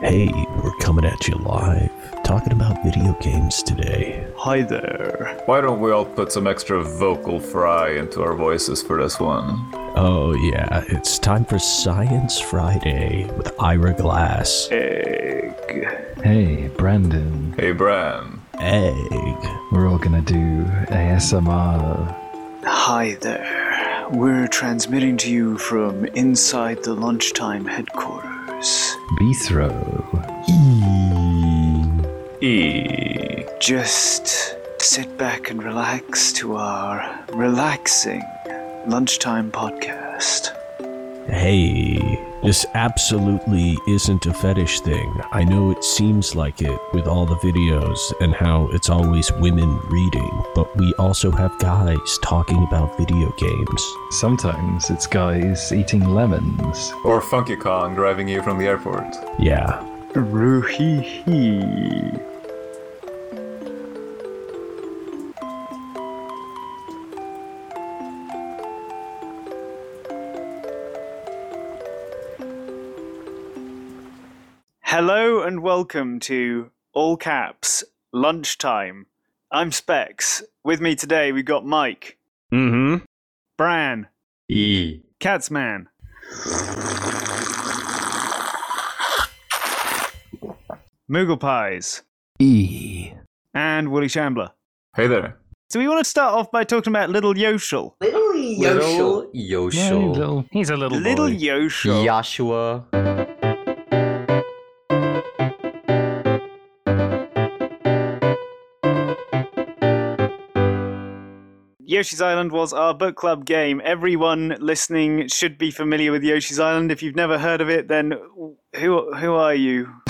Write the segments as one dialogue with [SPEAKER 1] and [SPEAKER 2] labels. [SPEAKER 1] Hey, we're coming at you live, talking about video games today.
[SPEAKER 2] Hi there.
[SPEAKER 3] Why don't we all put some extra vocal fry into our voices for this one?
[SPEAKER 1] Oh, yeah, it's time for Science Friday with Ira Glass.
[SPEAKER 2] Egg.
[SPEAKER 4] Hey, Brandon,
[SPEAKER 3] Hey, Bran.
[SPEAKER 1] Egg.
[SPEAKER 4] we're all gonna do ASMR.
[SPEAKER 2] Hi there. We're transmitting to you from inside the lunchtime headquarters.
[SPEAKER 4] Bistro.
[SPEAKER 3] E.
[SPEAKER 2] Just sit back and relax to our relaxing lunchtime podcast.
[SPEAKER 1] Hey, this absolutely isn't a fetish thing. I know it seems like it with all the videos and how it's always women reading, but we also have guys talking about video games.
[SPEAKER 4] Sometimes it's guys eating lemons.
[SPEAKER 3] Or Funky Kong driving you from the airport.
[SPEAKER 1] Yeah,
[SPEAKER 2] Ruhihi. Hello and welcome to All Caps Lunchtime. I'm Specs. With me today we got Mike,
[SPEAKER 5] Mm-hmm.
[SPEAKER 2] Bran,
[SPEAKER 5] E.
[SPEAKER 2] Catsman, Moogle Pies,
[SPEAKER 1] E.
[SPEAKER 2] and Woolly Shambler.
[SPEAKER 3] Hey there.
[SPEAKER 2] So we want to start off by talking about Little Yoshel.
[SPEAKER 6] Little Yoshel.
[SPEAKER 5] Little Yoshel.
[SPEAKER 4] He's a little
[SPEAKER 2] Little Yoshel.
[SPEAKER 5] Joshua.
[SPEAKER 2] Yoshi's Island was our book club game. Everyone listening should be familiar with Yoshi's Island. If you've never heard of it, then who who are you?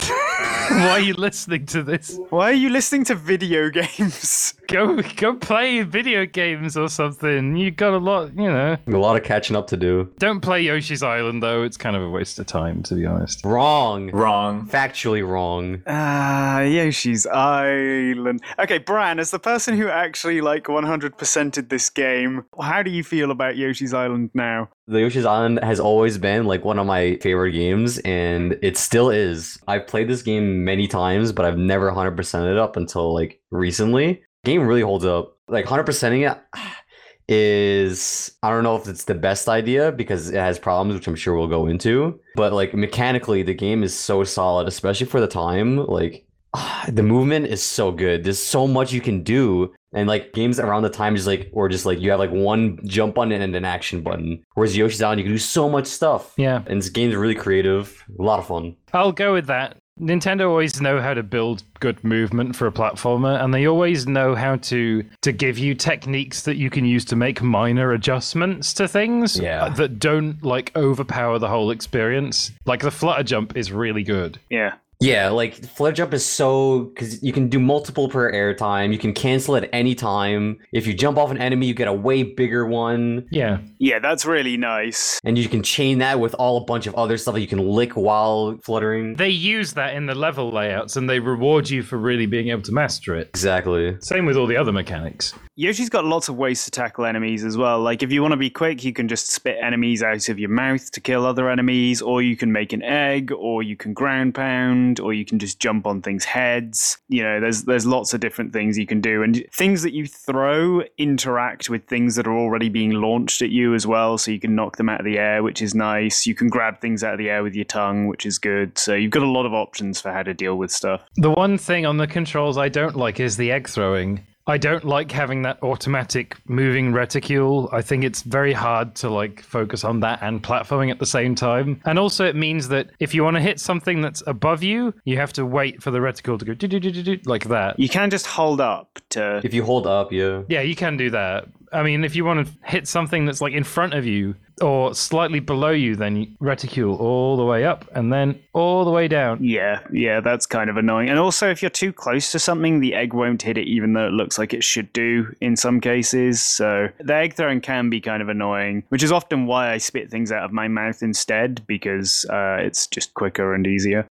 [SPEAKER 4] Why are you listening to this?
[SPEAKER 2] Why are you listening to video games?
[SPEAKER 4] Go, go play video games or something. You got a lot, you know.
[SPEAKER 5] A lot of catching up to do.
[SPEAKER 4] Don't play Yoshi's Island though. It's kind of a waste of time, to be honest.
[SPEAKER 5] Wrong.
[SPEAKER 3] Wrong.
[SPEAKER 5] Factually wrong.
[SPEAKER 2] Ah, Yoshi's Island. Okay, Bran, as the person who actually like 100%ed this game, how do you feel about Yoshi's Island now?
[SPEAKER 5] The Yoshi's Island has always been like one of my favorite games, and it still is. I've played this game many times, but I've never 100% it up until like recently. Game really holds up. Like 100%ing it is I don't know if it's the best idea because it has problems, which I'm sure we'll go into. But like mechanically, the game is so solid, especially for the time. Like the movement is so good. There's so much you can do. And like games around the time is like or just like you have like one jump button and an action button. Whereas Yoshi's Island, you can do so much stuff.
[SPEAKER 4] Yeah,
[SPEAKER 5] And this game's really creative, a lot of fun.
[SPEAKER 4] I'll go with that. Nintendo always know how to build good movement for a platformer, and they always know how to to give you techniques that you can use to make minor adjustments to things
[SPEAKER 5] Yeah.
[SPEAKER 4] uh, that don't like overpower the whole experience. Like the flutter jump is really good.
[SPEAKER 2] Yeah.
[SPEAKER 5] Yeah, like flare jump is so because you can do multiple per air time. You can cancel at any time. If you jump off an enemy, you get a way bigger one,
[SPEAKER 4] Yeah,
[SPEAKER 2] Yeah, that's really nice.
[SPEAKER 5] and you can chain that with all a bunch of other stuff that you can lick while fluttering.
[SPEAKER 4] they use that in the level layouts, and they reward you for really being able to master it.
[SPEAKER 5] Exactly.
[SPEAKER 4] Same with all the other mechanics.
[SPEAKER 2] Yoshi's got lots of ways to tackle enemies as well. Like, if you want to be quick, you can just spit enemies out of your mouth to kill other enemies, or you can make an egg, or you can ground pound, or you can just jump on things' heads. You know, there's there's lots of different things you can do, and things that you throw interact with things that are already being launched at you as well. So you can knock them out of the air, which is nice. You can grab things out of the air with your tongue, which is good. So you've got a lot of options for how to deal with stuff.
[SPEAKER 4] The one thing on the controls I don't like is the egg throwing. I don't like having that automatic moving reticule. I think it's very hard to like focus on that and platforming at the same time. And also it means that if you want to hit something that's above you, you have to wait for the reticle to go do do do do do like that.
[SPEAKER 2] You can just hold up to
[SPEAKER 5] If you hold up, yeah.
[SPEAKER 4] Yeah, you can do that. I mean, if you want to hit something that's like in front of you or slightly below you, then you reticule all the way up and then all the way down.
[SPEAKER 2] Yeah, yeah, that's kind of annoying. And also, if you're too close to something, the egg won't hit it, even though it looks like it should do in some cases. So the egg throwing can be kind of annoying, which is often why I spit things out of my mouth instead, because uh, it's just quicker and easier.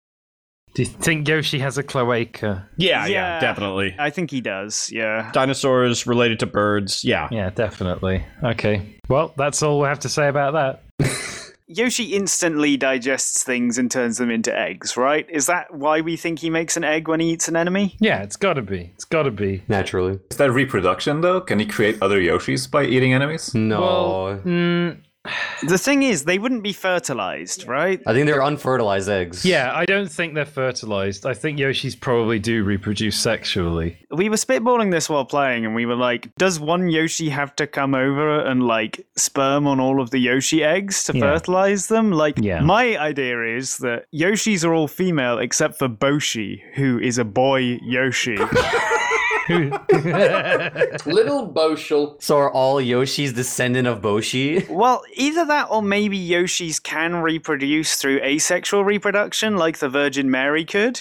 [SPEAKER 4] Do you think Yoshi has a cloaca?
[SPEAKER 7] Yeah, yeah,
[SPEAKER 2] Yeah.
[SPEAKER 7] definitely.
[SPEAKER 2] I think he does, yeah.
[SPEAKER 7] Dinosaurs related to birds. Yeah.
[SPEAKER 4] Yeah, definitely. Okay. Well, that's all we have to say about that.
[SPEAKER 2] Yoshi instantly digests things and turns them into eggs, right? Is that why we think he makes an egg when he eats an enemy?
[SPEAKER 4] Yeah, it's gotta be. It's gotta be.
[SPEAKER 5] Naturally.
[SPEAKER 3] Is that reproduction though? Can he create other Yoshis by eating enemies?
[SPEAKER 5] No.
[SPEAKER 4] Well, mm,
[SPEAKER 2] The thing is, they wouldn't be fertilized, right?
[SPEAKER 5] I think they're unfertilized eggs.
[SPEAKER 4] yeah, I don't think they're fertilized. I think Yoshis probably do reproduce sexually.
[SPEAKER 2] We were spitballing this while playing, and we were like, does one Yoshi have to come over and like sperm on all of the Yoshi eggs to
[SPEAKER 4] Yeah.
[SPEAKER 2] fertilize them? Like,
[SPEAKER 4] Yeah.
[SPEAKER 2] my idea is that Yoshis are all female except for Boshi, who is a boy Yoshi.
[SPEAKER 6] Little Boshal.
[SPEAKER 5] So are all Yoshi's descendant of Boshi?
[SPEAKER 2] Well, either that or maybe Yoshis can reproduce through asexual reproduction like the Virgin Mary could.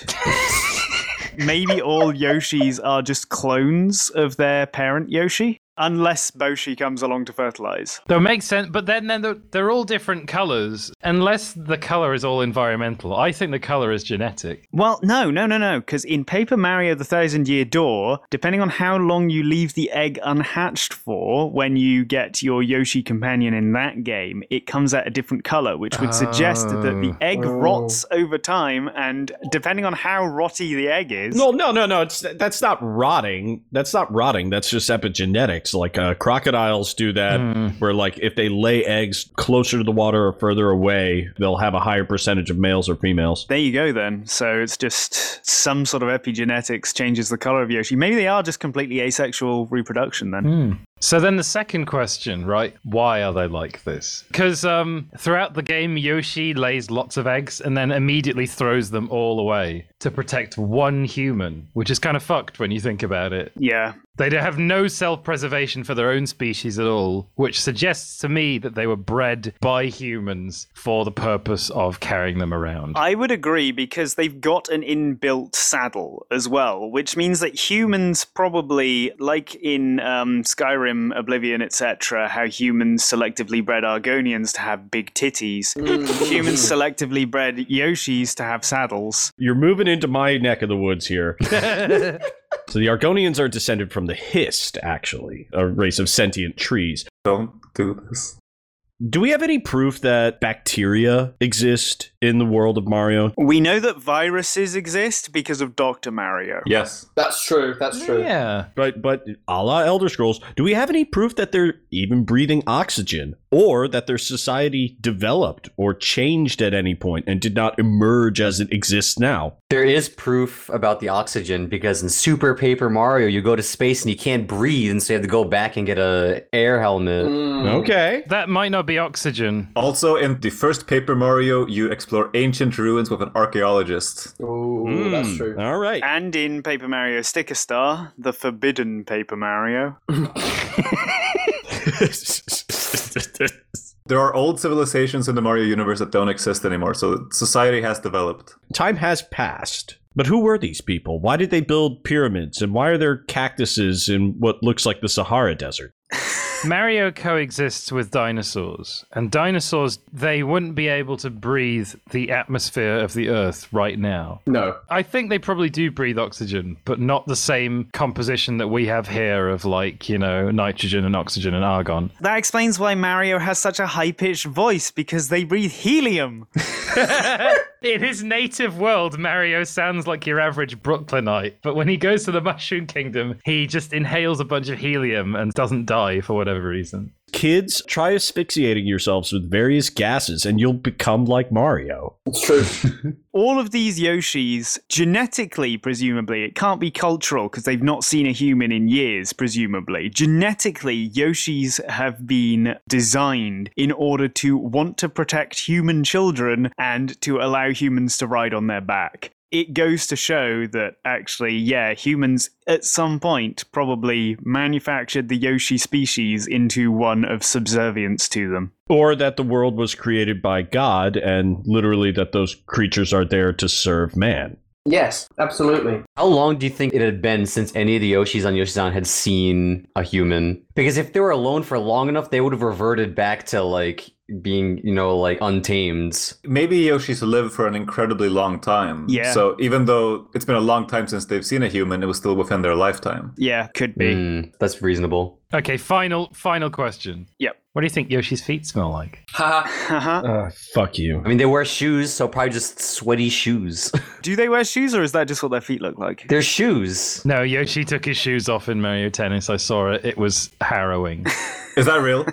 [SPEAKER 2] maybe all Yoshis are just clones of their parent Yoshi. Unless Boshi comes along to fertilize.
[SPEAKER 4] That makes sense, but then, then they're, they're all different colors, unless the color is all environmental. I think the color is genetic.
[SPEAKER 2] Well, no, no, no, no, because in Paper Mario The Thousand Year Door, depending on how long you leave the egg unhatched for when you get your Yoshi companion in that game, it comes out a different color, which would suggest that the
[SPEAKER 4] Oh.
[SPEAKER 2] egg rots over time, and depending on how rotty the egg is.
[SPEAKER 7] No, no, no, no. It's that's not rotting. That's not rotting. That's just epigenetics. Like uh, crocodiles do that, where like if they lay eggs closer to the water or further away, they'll have a higher percentage of males or females.
[SPEAKER 2] There you go, then. So it's just some sort of epigenetics changes the color of Yoshi. Maybe they are just completely asexual reproduction, then.
[SPEAKER 4] So then the second question, right? Why are they like this? Because um, throughout the game, Yoshi lays lots of eggs and then immediately throws them all away to protect one human, which is kind of fucked when you think about it.
[SPEAKER 2] Yeah.
[SPEAKER 4] They don't have no self preservation for their own species at all, which suggests to me that they were bred by humans for the purpose of carrying them around.
[SPEAKER 2] I would agree because they've got an inbuilt saddle as well, which means that humans probably, like in um, Skyrim, Oblivion, etc., how humans selectively bred Argonians to have big titties, humans selectively bred Yoshis to have saddles.
[SPEAKER 7] You're moving into my neck of the woods here. so the Argonians are descended from the Hist, actually, a race of sentient trees.
[SPEAKER 3] Don't do this.
[SPEAKER 7] Do we have any proof that bacteria exist in the world of Mario?
[SPEAKER 2] We know that viruses exist because of Dr. Mario.
[SPEAKER 3] Yes.
[SPEAKER 6] That's true. That's true.
[SPEAKER 4] Yeah.
[SPEAKER 7] But but a la Elder Scrolls, do we have any proof that they're even breathing oxygen or that their society developed or changed at any point and did not emerge as it exists now?
[SPEAKER 5] There is proof about the oxygen because in Super Paper Mario, you go to space and you can't breathe, and so you have to go back and get a air helmet.
[SPEAKER 7] Hmm.
[SPEAKER 6] Mm.
[SPEAKER 7] Okay.
[SPEAKER 4] That might not be oxygen.
[SPEAKER 3] Also, in the first Paper Mario, you explore ancient ruins with an archaeologist.
[SPEAKER 6] Ooh, that's
[SPEAKER 7] Hmm,
[SPEAKER 6] true.
[SPEAKER 7] All right.
[SPEAKER 2] And in Paper Mario Sticker Star, the forbidden Paper Mario.
[SPEAKER 3] There are old civilizations in the Mario universe that don't exist anymore, so society has developed.
[SPEAKER 7] Time has passed. But who were these people? Why did they build pyramids? And why are there cactuses in what looks like the Sahara Desert?
[SPEAKER 4] Mario coexists with dinosaurs, and dinosaurs, they wouldn't be able to breathe the atmosphere of the Earth right now.
[SPEAKER 6] No.
[SPEAKER 4] I think they probably do breathe oxygen, but not the same composition that we have here of, like, you know, nitrogen and oxygen and argon.
[SPEAKER 2] That explains why Mario has such a high pitched voice because they breathe helium.
[SPEAKER 4] In his native world, Mario sounds like your average Brooklynite, but when he goes to the Mushroom Kingdom, he just inhales a bunch of helium and doesn't die for whatever reason.
[SPEAKER 7] Kids, try asphyxiating yourselves with various gases and you'll become like Mario.
[SPEAKER 6] It's true.
[SPEAKER 2] all of these Yoshis, genetically, presumably, it can't be cultural because they've not seen a human in years, presumably. Genetically, Yoshis have been designed in order to want to protect human children and to allow humans to ride on their back. It goes to show that actually, yeah, humans at some point probably manufactured the Yoshi species into one of subservience to them.
[SPEAKER 7] or that the world was created by God and literally that those creatures are there to serve man.
[SPEAKER 6] yes, absolutely.
[SPEAKER 5] How long do you think it had been since any of the Yoshis on Yoshi's Island had seen a human? Because if they were alone for long enough, they would have reverted back to like being, you know, like untamed.
[SPEAKER 3] Maybe Yoshis live for an incredibly long time.
[SPEAKER 2] Yeah.
[SPEAKER 3] So even though it's been a long time since they've seen a human, it was still within their lifetime.
[SPEAKER 2] Yeah, could be.
[SPEAKER 5] Hmm, that's reasonable.
[SPEAKER 4] Okay, final final question.
[SPEAKER 2] Yep.
[SPEAKER 4] What do you think Yoshi's feet smell like?
[SPEAKER 6] Haha.
[SPEAKER 2] Haha.
[SPEAKER 7] Uh, fuck you.
[SPEAKER 5] I mean, they wear shoes, so probably just sweaty shoes.
[SPEAKER 2] Do they wear shoes or is that just what their feet look like?
[SPEAKER 5] They're shoes.
[SPEAKER 4] No, Yoshi took his shoes off in Mario Tennis. I saw it. It was harrowing.
[SPEAKER 3] Is that real?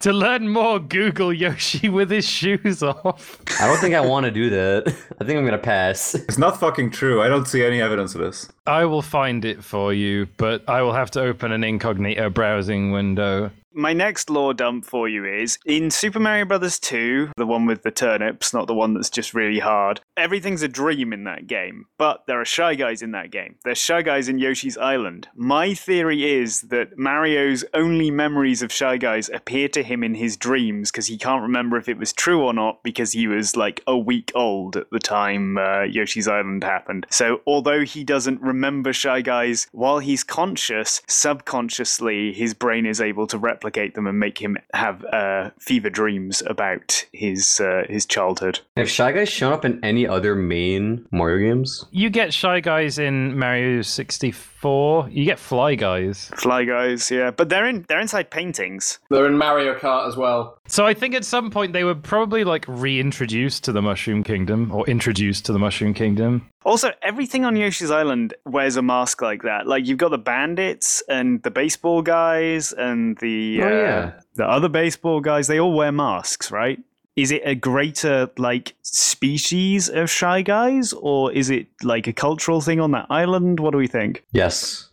[SPEAKER 4] to learn more, Google Yoshi with his shoes off.
[SPEAKER 5] I don't think I want to do that. I think I'm gonna pass.
[SPEAKER 3] it's not fucking true. I don't see any evidence of this.
[SPEAKER 4] I will find it for you, but I will have to open an incognito browsing window.
[SPEAKER 2] My next lore dump for you is in Super Mario Brothers 2, the one with the turnips, not the one that's just really hard. Everything's a dream in that game, but there are shy guys in that game. There's shy guys in Yoshi's Island. My theory is that Mario's only memories of shy guys appear to him in his dreams because he can't remember if it was true or not because he was like a week old at the time uh, Yoshi's Island happened. So although he doesn't remember shy guys while he's conscious, subconsciously his brain is able to replicate them and make him have uh, fever dreams about his uh, his childhood.
[SPEAKER 5] Have Shy Guys shown up in any other main Mario games?
[SPEAKER 4] You get Shy Guys in Mario 64. You get Fly Guys.
[SPEAKER 2] Fly guys, yeah, but they're in they're inside paintings.
[SPEAKER 6] They're in Mario Kart as well.
[SPEAKER 4] So I think at some point they were probably like reintroduced to the Mushroom Kingdom or introduced to the Mushroom Kingdom.
[SPEAKER 2] Also, everything on Yoshi's Island wears a mask like that. Like you've got the bandits and the baseball guys and the
[SPEAKER 5] Oh,
[SPEAKER 2] uh,
[SPEAKER 5] yeah.
[SPEAKER 2] the other baseball guys. They all wear masks, right? Is it a greater like species of shy guys, or is it like a cultural thing on that island? What do we think?
[SPEAKER 5] Yes.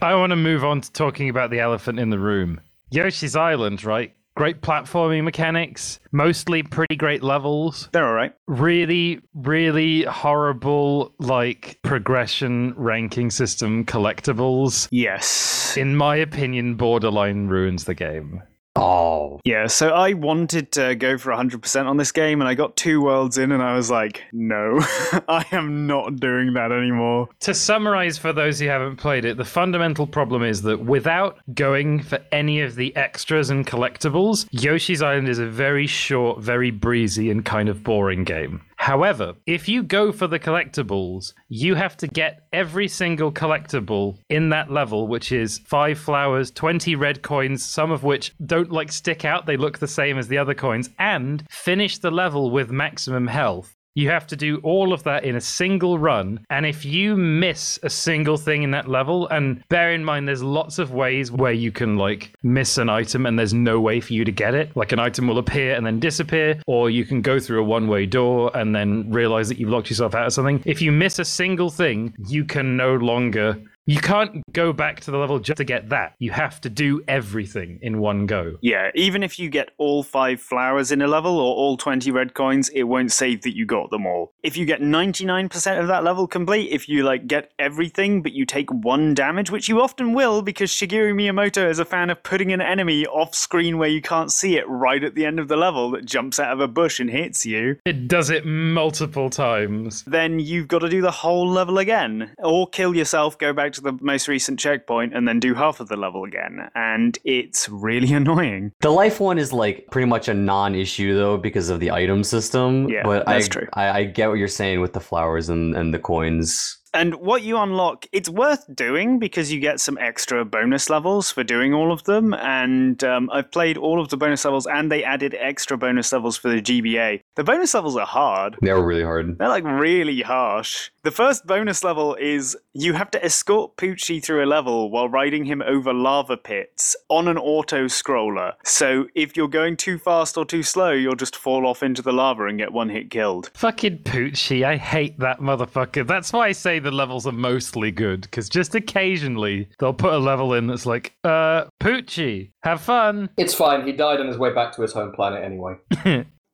[SPEAKER 4] I want to move on to talking about the elephant in the room. Yoshi's Island, right? Great platforming mechanics, mostly pretty great levels,
[SPEAKER 2] They're all right.
[SPEAKER 4] really, really horrible, like progression ranking system collectibles.
[SPEAKER 2] Yes.
[SPEAKER 4] In my opinion, borderline ruins the game.
[SPEAKER 5] Oh.
[SPEAKER 2] Yeah, so I wanted to go for 100% on this game, and I got two worlds in, and I was like, no, I am not doing that anymore.
[SPEAKER 4] To summarize for those who haven't played it, the fundamental problem is that without going for any of the extras and collectibles, Yoshi's Island is a very short, very breezy, and kind of boring game. However, if you go for the collectibles, you have to get every single collectible in that level, which is five flowers, 20 red coins, some of which don't like stick out, they look the same as the other coins, and finish the level with maximum health. You have to do all of that in a single run. And if you miss a single thing in that level, and bear in mind there's lots of ways where you can like miss an item and there's no way for you to get it. Like an item will appear and then disappear, or you can go through a one way door and then realize that you've locked yourself out of something. If you miss a single thing, you can no longer. You can't go back to the level just to get that. You have to do everything in one go.
[SPEAKER 2] Yeah, even if you get all five flowers in a level or all 20 red coins, it won't save that you got them all. If you get 99% of that level complete, if you like get everything but you take one damage, which you often will because Shigeru Miyamoto is a fan of putting an enemy off screen where you can't see it right at the end of the level that jumps out of a bush and hits you,
[SPEAKER 4] It does it multiple times.
[SPEAKER 2] then you've got to do the whole level again. Or kill yourself, go back to the most recent checkpoint, and then do half of the level again. And it's really annoying.
[SPEAKER 5] The life one is like pretty much a non-issue though because of the item system.
[SPEAKER 2] Yeah,
[SPEAKER 5] but
[SPEAKER 2] that's
[SPEAKER 5] I,
[SPEAKER 2] true.
[SPEAKER 5] I I get what you're saying with the flowers and, and the coins.
[SPEAKER 2] And what you unlock, it's worth doing because you get some extra bonus levels for doing all of them. And um, I've played all of the bonus levels, and they added extra bonus levels for the GBA. The bonus levels are hard.
[SPEAKER 5] They were really hard.
[SPEAKER 2] They're like really harsh. The first bonus level is you have to escort Poochie through a level while riding him over lava pits on an auto scroller. So if you're going too fast or too slow, you'll just fall off into the lava and get one hit killed.
[SPEAKER 4] Fucking Poochie, I hate that motherfucker. That's why I say the levels are mostly good, because just occasionally they'll put a level in that's like, uh, Poochie, have fun.
[SPEAKER 6] It's fine. He died on his way back to his home planet anyway.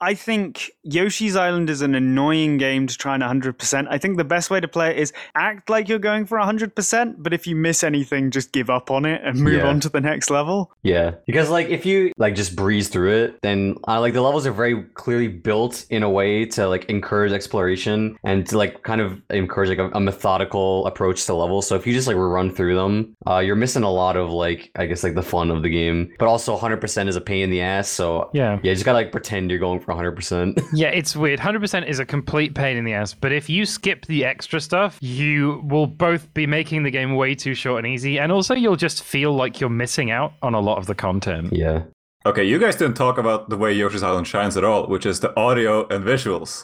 [SPEAKER 2] I think Yoshi's Island is an annoying game to try and 100%. I think the best way to play it is act like you're going for 100%, but if you miss anything, just give up on it and move
[SPEAKER 5] Yeah.
[SPEAKER 2] on to the next level.
[SPEAKER 5] Yeah. Because like if you like just breeze through it, then uh, like the levels are very clearly built in a way to like encourage exploration and to like kind of encourage like a, a methodical approach to levels. So if you just like run through them, uh, you're missing a lot of like I guess like the fun of the game. But also 100% is a pain in the ass. So
[SPEAKER 4] Yeah.
[SPEAKER 5] Yeah, you just gotta like pretend you're going for 100%.
[SPEAKER 4] Yeah, it's weird. 100% is a complete pain in the ass, but if you skip the extra stuff, you will both be making the game way too short and easy, and also you'll just feel like you're missing out on a lot of the content.
[SPEAKER 5] yeah.
[SPEAKER 3] Okay, you guys didn't talk about the way Yoshi's Island shines at all, which is the audio and visuals.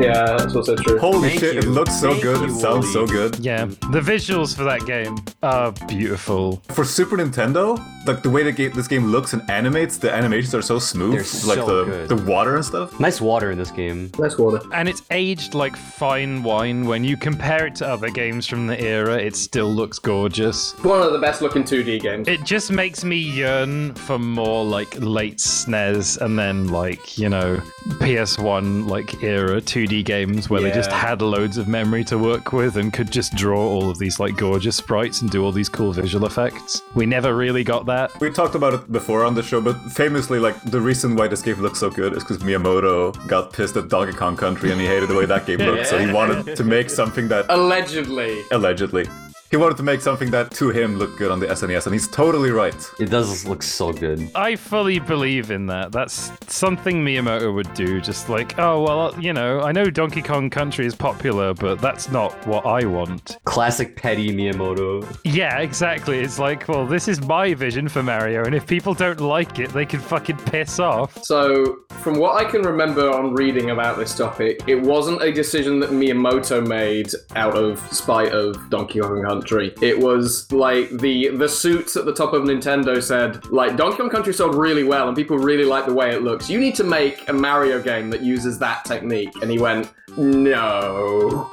[SPEAKER 6] Yeah, that's also true.
[SPEAKER 3] Holy
[SPEAKER 5] Thank
[SPEAKER 3] shit, it
[SPEAKER 5] you.
[SPEAKER 3] looks so
[SPEAKER 5] Thank
[SPEAKER 3] good,
[SPEAKER 5] you,
[SPEAKER 3] it sounds so
[SPEAKER 5] Wally.
[SPEAKER 3] good.
[SPEAKER 4] Yeah, the visuals for that game are beautiful.
[SPEAKER 3] For Super Nintendo, like the way the game, this game looks and animates, the animations are so smooth.
[SPEAKER 5] They're
[SPEAKER 3] like the
[SPEAKER 5] so good.
[SPEAKER 3] the water and stuff.
[SPEAKER 5] Nice water in this game.
[SPEAKER 6] Nice water.
[SPEAKER 4] And it's aged like fine wine. When you compare it to other games from the era, it still looks gorgeous.
[SPEAKER 6] One of the best looking 2D games.
[SPEAKER 4] It just makes me yearn for more like late SNES and then like, you know, PS1 like era 2D games where they just
[SPEAKER 6] Yeah.
[SPEAKER 4] had loads of memory to work with and could just draw all of these like gorgeous sprites and do all these cool visual effects. We never really got that.
[SPEAKER 3] We talked about it before on the show, but famously, like the reason why this game looks so good is because Miyamoto got pissed at Donkey Kong Country and he hated the way that game looked, so he wanted to make something that
[SPEAKER 6] Allegedly.
[SPEAKER 3] allegedly. He wanted to make something that to him looked good on the SNES, and he's totally right.
[SPEAKER 5] It does look so good.
[SPEAKER 4] I fully believe in that. That's something Miyamoto would do. Just like, oh, well, you know, I know Donkey Kong Country is popular, but that's not what I want.
[SPEAKER 5] Classic petty Miyamoto.
[SPEAKER 4] Yeah, exactly. It's like, well, this is my vision for Mario, and if people don't like it, they can fucking piss off.
[SPEAKER 6] So, from what I can remember on reading about this topic, it wasn't a decision that Miyamoto made out of spite of Donkey Kong Country. It was like the the suits at the top of Nintendo said, like Donkey Kong Country sold really well and people really like the way it looks. You need to make a Mario game that uses that technique. And he went, no.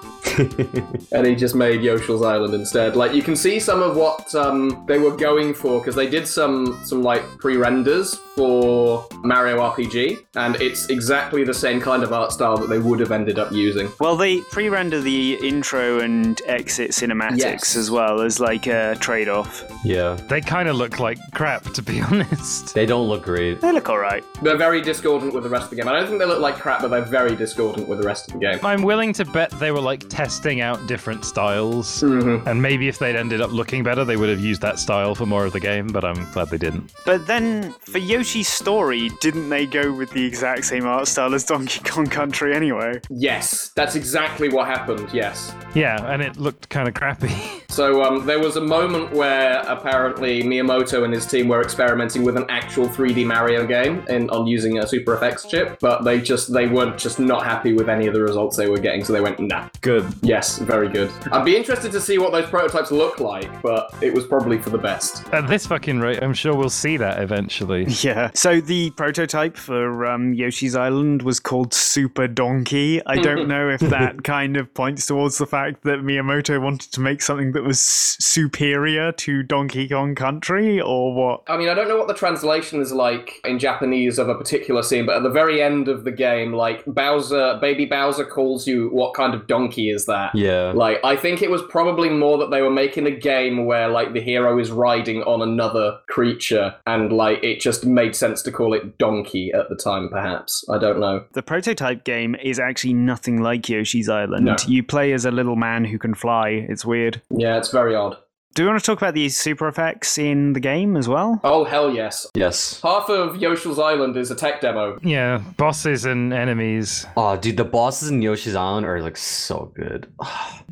[SPEAKER 6] and he just made Yoshi's Island instead. Like you can see some of what um, they were going for because they did some some like pre-renders for Mario RPG, and it's exactly the same kind of art style that they would have ended up using.
[SPEAKER 2] Well, they pre-render the intro and exit cinematics
[SPEAKER 6] Yes.
[SPEAKER 2] as well as like a trade-off.
[SPEAKER 5] Yeah.
[SPEAKER 4] They kind of look like crap, to be honest.
[SPEAKER 5] They don't look great.
[SPEAKER 2] They look all right.
[SPEAKER 6] They're very discordant with the rest of the game. I don't think they look like crap, but they're very discordant with the rest of the game.
[SPEAKER 4] I'm willing to bet they were like testing out different styles, and maybe if they'd ended up looking better, they would have used that style for more of the game, but I'm glad they didn't.
[SPEAKER 2] But then for Yoshi's story, didn't they go with the exact same art style as Donkey Kong Country anyway?
[SPEAKER 6] Yes, that's exactly what happened. Yes.
[SPEAKER 4] Yeah, and it looked kind of crappy.
[SPEAKER 6] So um, there was a moment where apparently Miyamoto and his team were experimenting with an actual 3D Mario game and on using a Super FX chip, but they just they weren't just not happy with any of the results they were getting, so they went nah.
[SPEAKER 3] Good.
[SPEAKER 6] Yes, very good. I'd be interested to see what those prototypes look like, but it was probably for the best.
[SPEAKER 4] At this fucking rate, I'm sure we'll see that eventually.
[SPEAKER 2] Yeah. So the prototype for um, Yoshi's Island was called Super Donkey. I don't know if that kind of points towards the fact that Miyamoto wanted to make something that was s- superior to Donkey Kong Country or what.
[SPEAKER 6] I mean, I don't know what the translation is like in Japanese of a particular scene, but at the very end of the game, like Bowser, baby Bowser calls you, "What kind of donkey is that?"
[SPEAKER 5] Yeah.
[SPEAKER 6] Like, I think it was probably more that they were making a game where, like, the hero is riding on another creature, and, like, it just made sense to call it Donkey at the time, perhaps. I don't know.
[SPEAKER 2] The prototype game is actually nothing like Yoshi's Island.
[SPEAKER 6] No.
[SPEAKER 2] You play as a little man who can fly. It's weird.
[SPEAKER 6] Yeah, it's very odd.
[SPEAKER 2] Do we want to talk about the super effects in the game as well?
[SPEAKER 6] Oh, hell yes.
[SPEAKER 5] Yes.
[SPEAKER 6] Half of Yoshi's Island is a tech demo.
[SPEAKER 4] Yeah, bosses and enemies.
[SPEAKER 5] Oh, dude, the bosses in Yoshi's Island are like so good.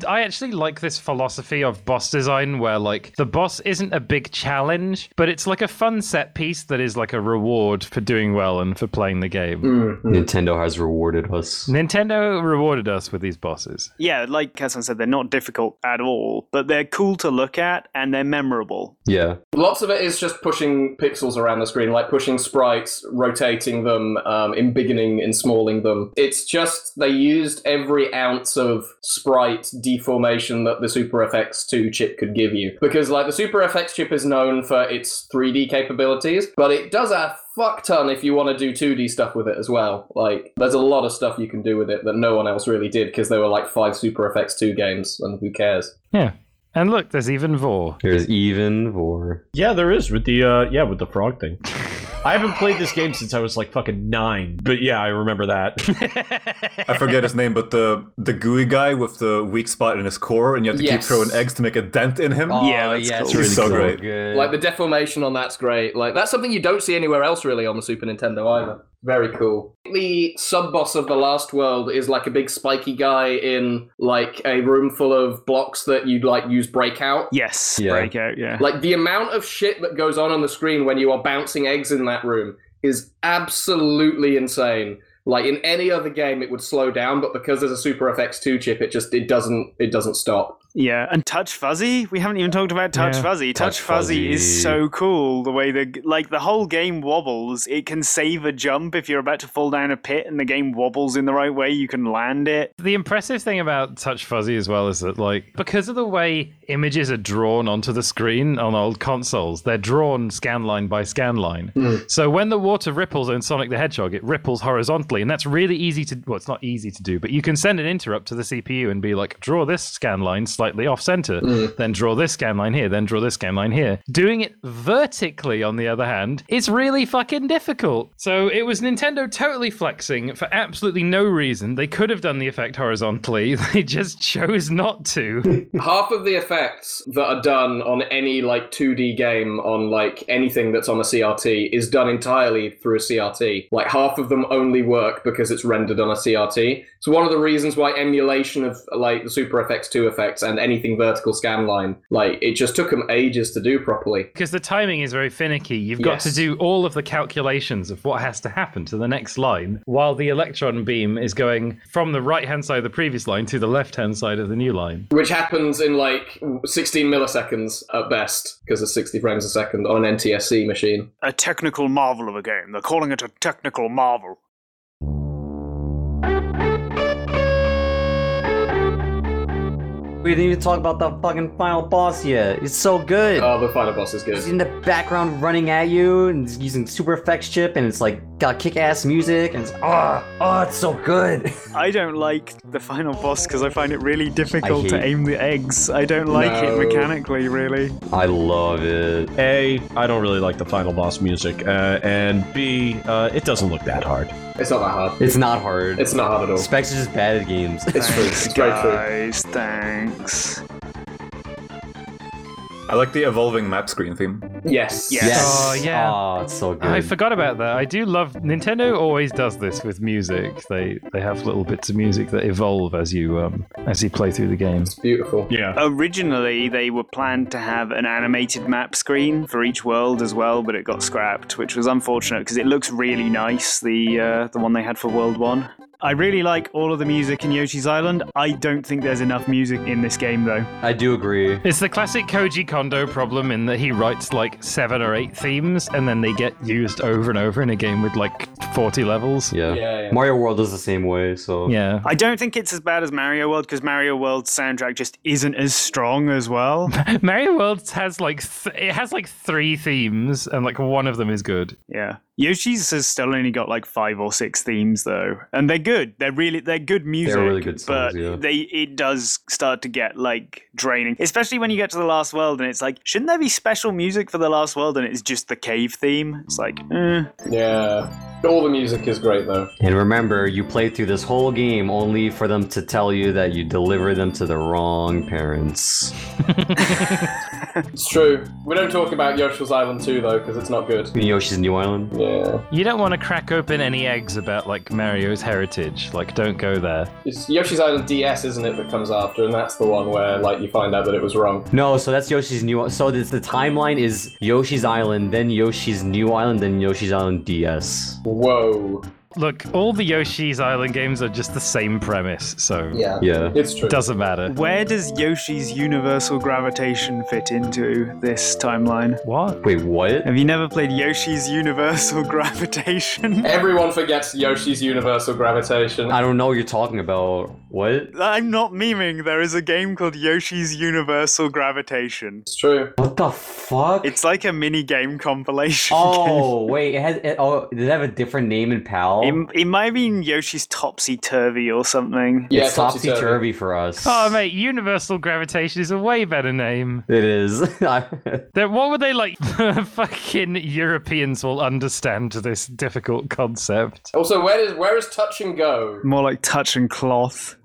[SPEAKER 4] I actually like this philosophy of boss design where like the boss isn't a big challenge, but it's like a fun set piece that is like a reward for doing well and for playing the game.
[SPEAKER 5] Nintendo has rewarded us.
[SPEAKER 4] Nintendo rewarded us with these bosses.
[SPEAKER 2] Yeah, like Kesson said, they're not difficult at all, but they're cool to look at and they're memorable.
[SPEAKER 5] Yeah.
[SPEAKER 6] Lots of it is just pushing pixels around the screen, like pushing sprites, rotating them, um, embiggening, ensmalling them. It's just they used every ounce of sprite deformation that the Super FX2 chip could give you. Because, like, the Super FX chip is known for its 3D capabilities, but it does a fuck ton if you want to do 2D stuff with it as well. Like, there's a lot of stuff you can do with it that no one else really did because there were like five Super FX2 games, and who cares?
[SPEAKER 4] Yeah. And look, there's even Vor.
[SPEAKER 5] There's even or
[SPEAKER 7] Yeah, there is with the uh, yeah with the frog thing. I haven't played this game since I was like fucking nine, but yeah, I remember that.
[SPEAKER 3] I forget his name, but the the gooey guy with the weak spot in his core, and you have to keep
[SPEAKER 6] Yes.
[SPEAKER 3] throwing eggs to make a dent in him.
[SPEAKER 5] yeah,
[SPEAKER 2] that's
[SPEAKER 5] yeah,
[SPEAKER 2] cool.
[SPEAKER 5] it's really
[SPEAKER 3] He's so
[SPEAKER 5] so
[SPEAKER 3] great.
[SPEAKER 5] good.
[SPEAKER 6] Like the deformation on that's great. Like that's something you don't see anywhere else really on the Super Nintendo either. Very cool. The sub boss of the last world is like a big spiky guy in like a room full of blocks that you'd like use breakout.
[SPEAKER 2] Yes,
[SPEAKER 5] Yeah.
[SPEAKER 2] breakout. Yeah,
[SPEAKER 6] Like the amount of shit that goes on on the screen when you are bouncing eggs in that room is absolutely insane. Like in any other game, it would slow down, but because there's a Super FX2 chip, it just it doesn't it doesn't stop.
[SPEAKER 2] yeah. And Touch Fuzzy. We haven't even talked about Touch
[SPEAKER 4] Yeah.
[SPEAKER 2] Fuzzy. Touch,
[SPEAKER 5] Touch
[SPEAKER 2] Fuzzy, is
[SPEAKER 5] Fuzzy.
[SPEAKER 2] so cool. The way the like the whole game wobbles. It can save a jump if you're about to fall down a pit and the game wobbles in the right way. You can land it.
[SPEAKER 4] The impressive thing about Touch Fuzzy as well is that, like, because of the way images are drawn onto the screen on old consoles, they're drawn scan line by scan line. So when the water ripples in Sonic the Hedgehog, it ripples horizontally, and that's really easy to. Well, it's not easy to do, but you can send an interrupt to the CPU and be like, draw this scan line slightly off center, then draw this scan line here, then draw this scan line here. Doing it vertically, on the other hand, is really fucking difficult. So it was Nintendo totally flexing for absolutely no reason. They could have done the effect horizontally, they just chose not to.
[SPEAKER 6] Half of the effects that are done on any like 2D game on like anything that's on a CRT is done entirely through a CRT. Like half of them only work because it's rendered on a CRT. So one of the reasons why emulation of like the Super FX2 effects and anything vertical scanline, like it just took them ages to do properly.
[SPEAKER 4] Because the timing is very finicky. You've got
[SPEAKER 6] Yes.
[SPEAKER 4] to do all of the calculations of what has to happen to the next line while the electron beam is going from the right hand side of the previous line to the left hand side of the new line.
[SPEAKER 6] Which happens in like 16 milliseconds at best because of 60 frames a second on an NTSC machine.
[SPEAKER 2] A technical marvel of a game. They're calling it a technical marvel.
[SPEAKER 5] We didn't even talk about the fucking final boss yet. It's so good.
[SPEAKER 6] Oh, the final boss is good.
[SPEAKER 5] He's in the background running at you and he's using super effects chip and it's like got kick ass music and it's ah oh, it's so good.
[SPEAKER 2] I don't like the final boss because I find it really difficult to
[SPEAKER 5] hate-
[SPEAKER 2] aim the eggs. I don't like
[SPEAKER 6] No.
[SPEAKER 2] it mechanically, really.
[SPEAKER 5] I love it.
[SPEAKER 7] A, I don't really like the final boss music, uh, and B, uh, it doesn't look that hard.
[SPEAKER 6] It's not that hard.
[SPEAKER 5] It's not hard.
[SPEAKER 6] It's not hard at all.
[SPEAKER 5] Specs are just bad at games.
[SPEAKER 6] It's true. It's very true.
[SPEAKER 2] Guys, thanks.
[SPEAKER 3] I like the evolving map screen theme.
[SPEAKER 6] Yes.
[SPEAKER 2] Yes.
[SPEAKER 4] Oh, yeah.
[SPEAKER 5] Oh, it's so good.
[SPEAKER 4] I forgot about that. I do love Nintendo. Always does this with music. They they have little bits of music that evolve as you um as you play through the game.
[SPEAKER 6] Beautiful.
[SPEAKER 7] Yeah.
[SPEAKER 2] Originally, they were planned to have an animated map screen for each world as well, but it got scrapped, which was unfortunate because it looks really nice. The uh, the one they had for World One. I really like all of the music in Yoshi's Island. I don't think there's enough music in this game though.
[SPEAKER 5] I do agree.
[SPEAKER 4] It's the classic Koji Kondo problem in that he writes like seven or eight themes and then they get used over and over in a game with like forty levels.
[SPEAKER 5] Yeah.
[SPEAKER 6] Yeah, yeah.
[SPEAKER 5] Mario World is the same way, so
[SPEAKER 4] Yeah.
[SPEAKER 2] I don't think it's as bad as Mario World because Mario World's soundtrack just isn't as strong as well.
[SPEAKER 4] Mario World has like th- it has like three themes and like one of them is good.
[SPEAKER 2] Yeah. Yoshi's has still only got like five or six themes though. And they're good. They're really they're good music.
[SPEAKER 5] really good songs,
[SPEAKER 2] but
[SPEAKER 5] yeah.
[SPEAKER 2] they it does start to get like draining. Especially when you get to the last world and it's like, shouldn't there be special music for the last world and it's just the cave theme? It's like, eh.
[SPEAKER 6] Yeah. All the music is great though.
[SPEAKER 5] And remember, you played through this whole game only for them to tell you that you delivered them to the wrong parents.
[SPEAKER 6] It's true. We don't talk about Yoshi's Island 2 though, because it's not good.
[SPEAKER 5] In Yoshi's New Island.
[SPEAKER 6] Yeah.
[SPEAKER 4] You don't want to crack open any eggs about like Mario's heritage. Like don't go there.
[SPEAKER 6] It's Yoshi's Island DS, isn't it, that comes after, and that's the one where like you find out that it was wrong.
[SPEAKER 5] No, so that's Yoshi's New. So this, the timeline is Yoshi's Island, then Yoshi's New Island, then Yoshi's Island DS.
[SPEAKER 6] Whoa.
[SPEAKER 4] Look, all the Yoshi's Island games are just the same premise, so
[SPEAKER 6] Yeah.
[SPEAKER 5] Yeah.
[SPEAKER 6] It's true.
[SPEAKER 4] doesn't matter.
[SPEAKER 2] Where does Yoshi's universal gravitation fit into this timeline?
[SPEAKER 4] What?
[SPEAKER 5] Wait, what?
[SPEAKER 2] Have you never played Yoshi's Universal Gravitation?
[SPEAKER 6] Everyone forgets Yoshi's Universal Gravitation.
[SPEAKER 5] I don't know what you're talking about. What?
[SPEAKER 2] I'm not memeing. There is a game called Yoshi's Universal Gravitation.
[SPEAKER 6] It's true.
[SPEAKER 5] What the fuck?
[SPEAKER 2] It's like a mini game compilation.
[SPEAKER 5] oh wait, it has. It, oh, did it have a different name in PAL? hell?
[SPEAKER 2] It, it might have been Yoshi's topsy turvy or something.
[SPEAKER 6] Yeah,
[SPEAKER 5] it's topsy turvy for us.
[SPEAKER 4] Oh mate, universal gravitation is a way better name.
[SPEAKER 5] It is.
[SPEAKER 4] Then what were they like? fucking Europeans will understand this difficult concept.
[SPEAKER 6] Also, where is where is touch and go?
[SPEAKER 2] More like touch and cloth.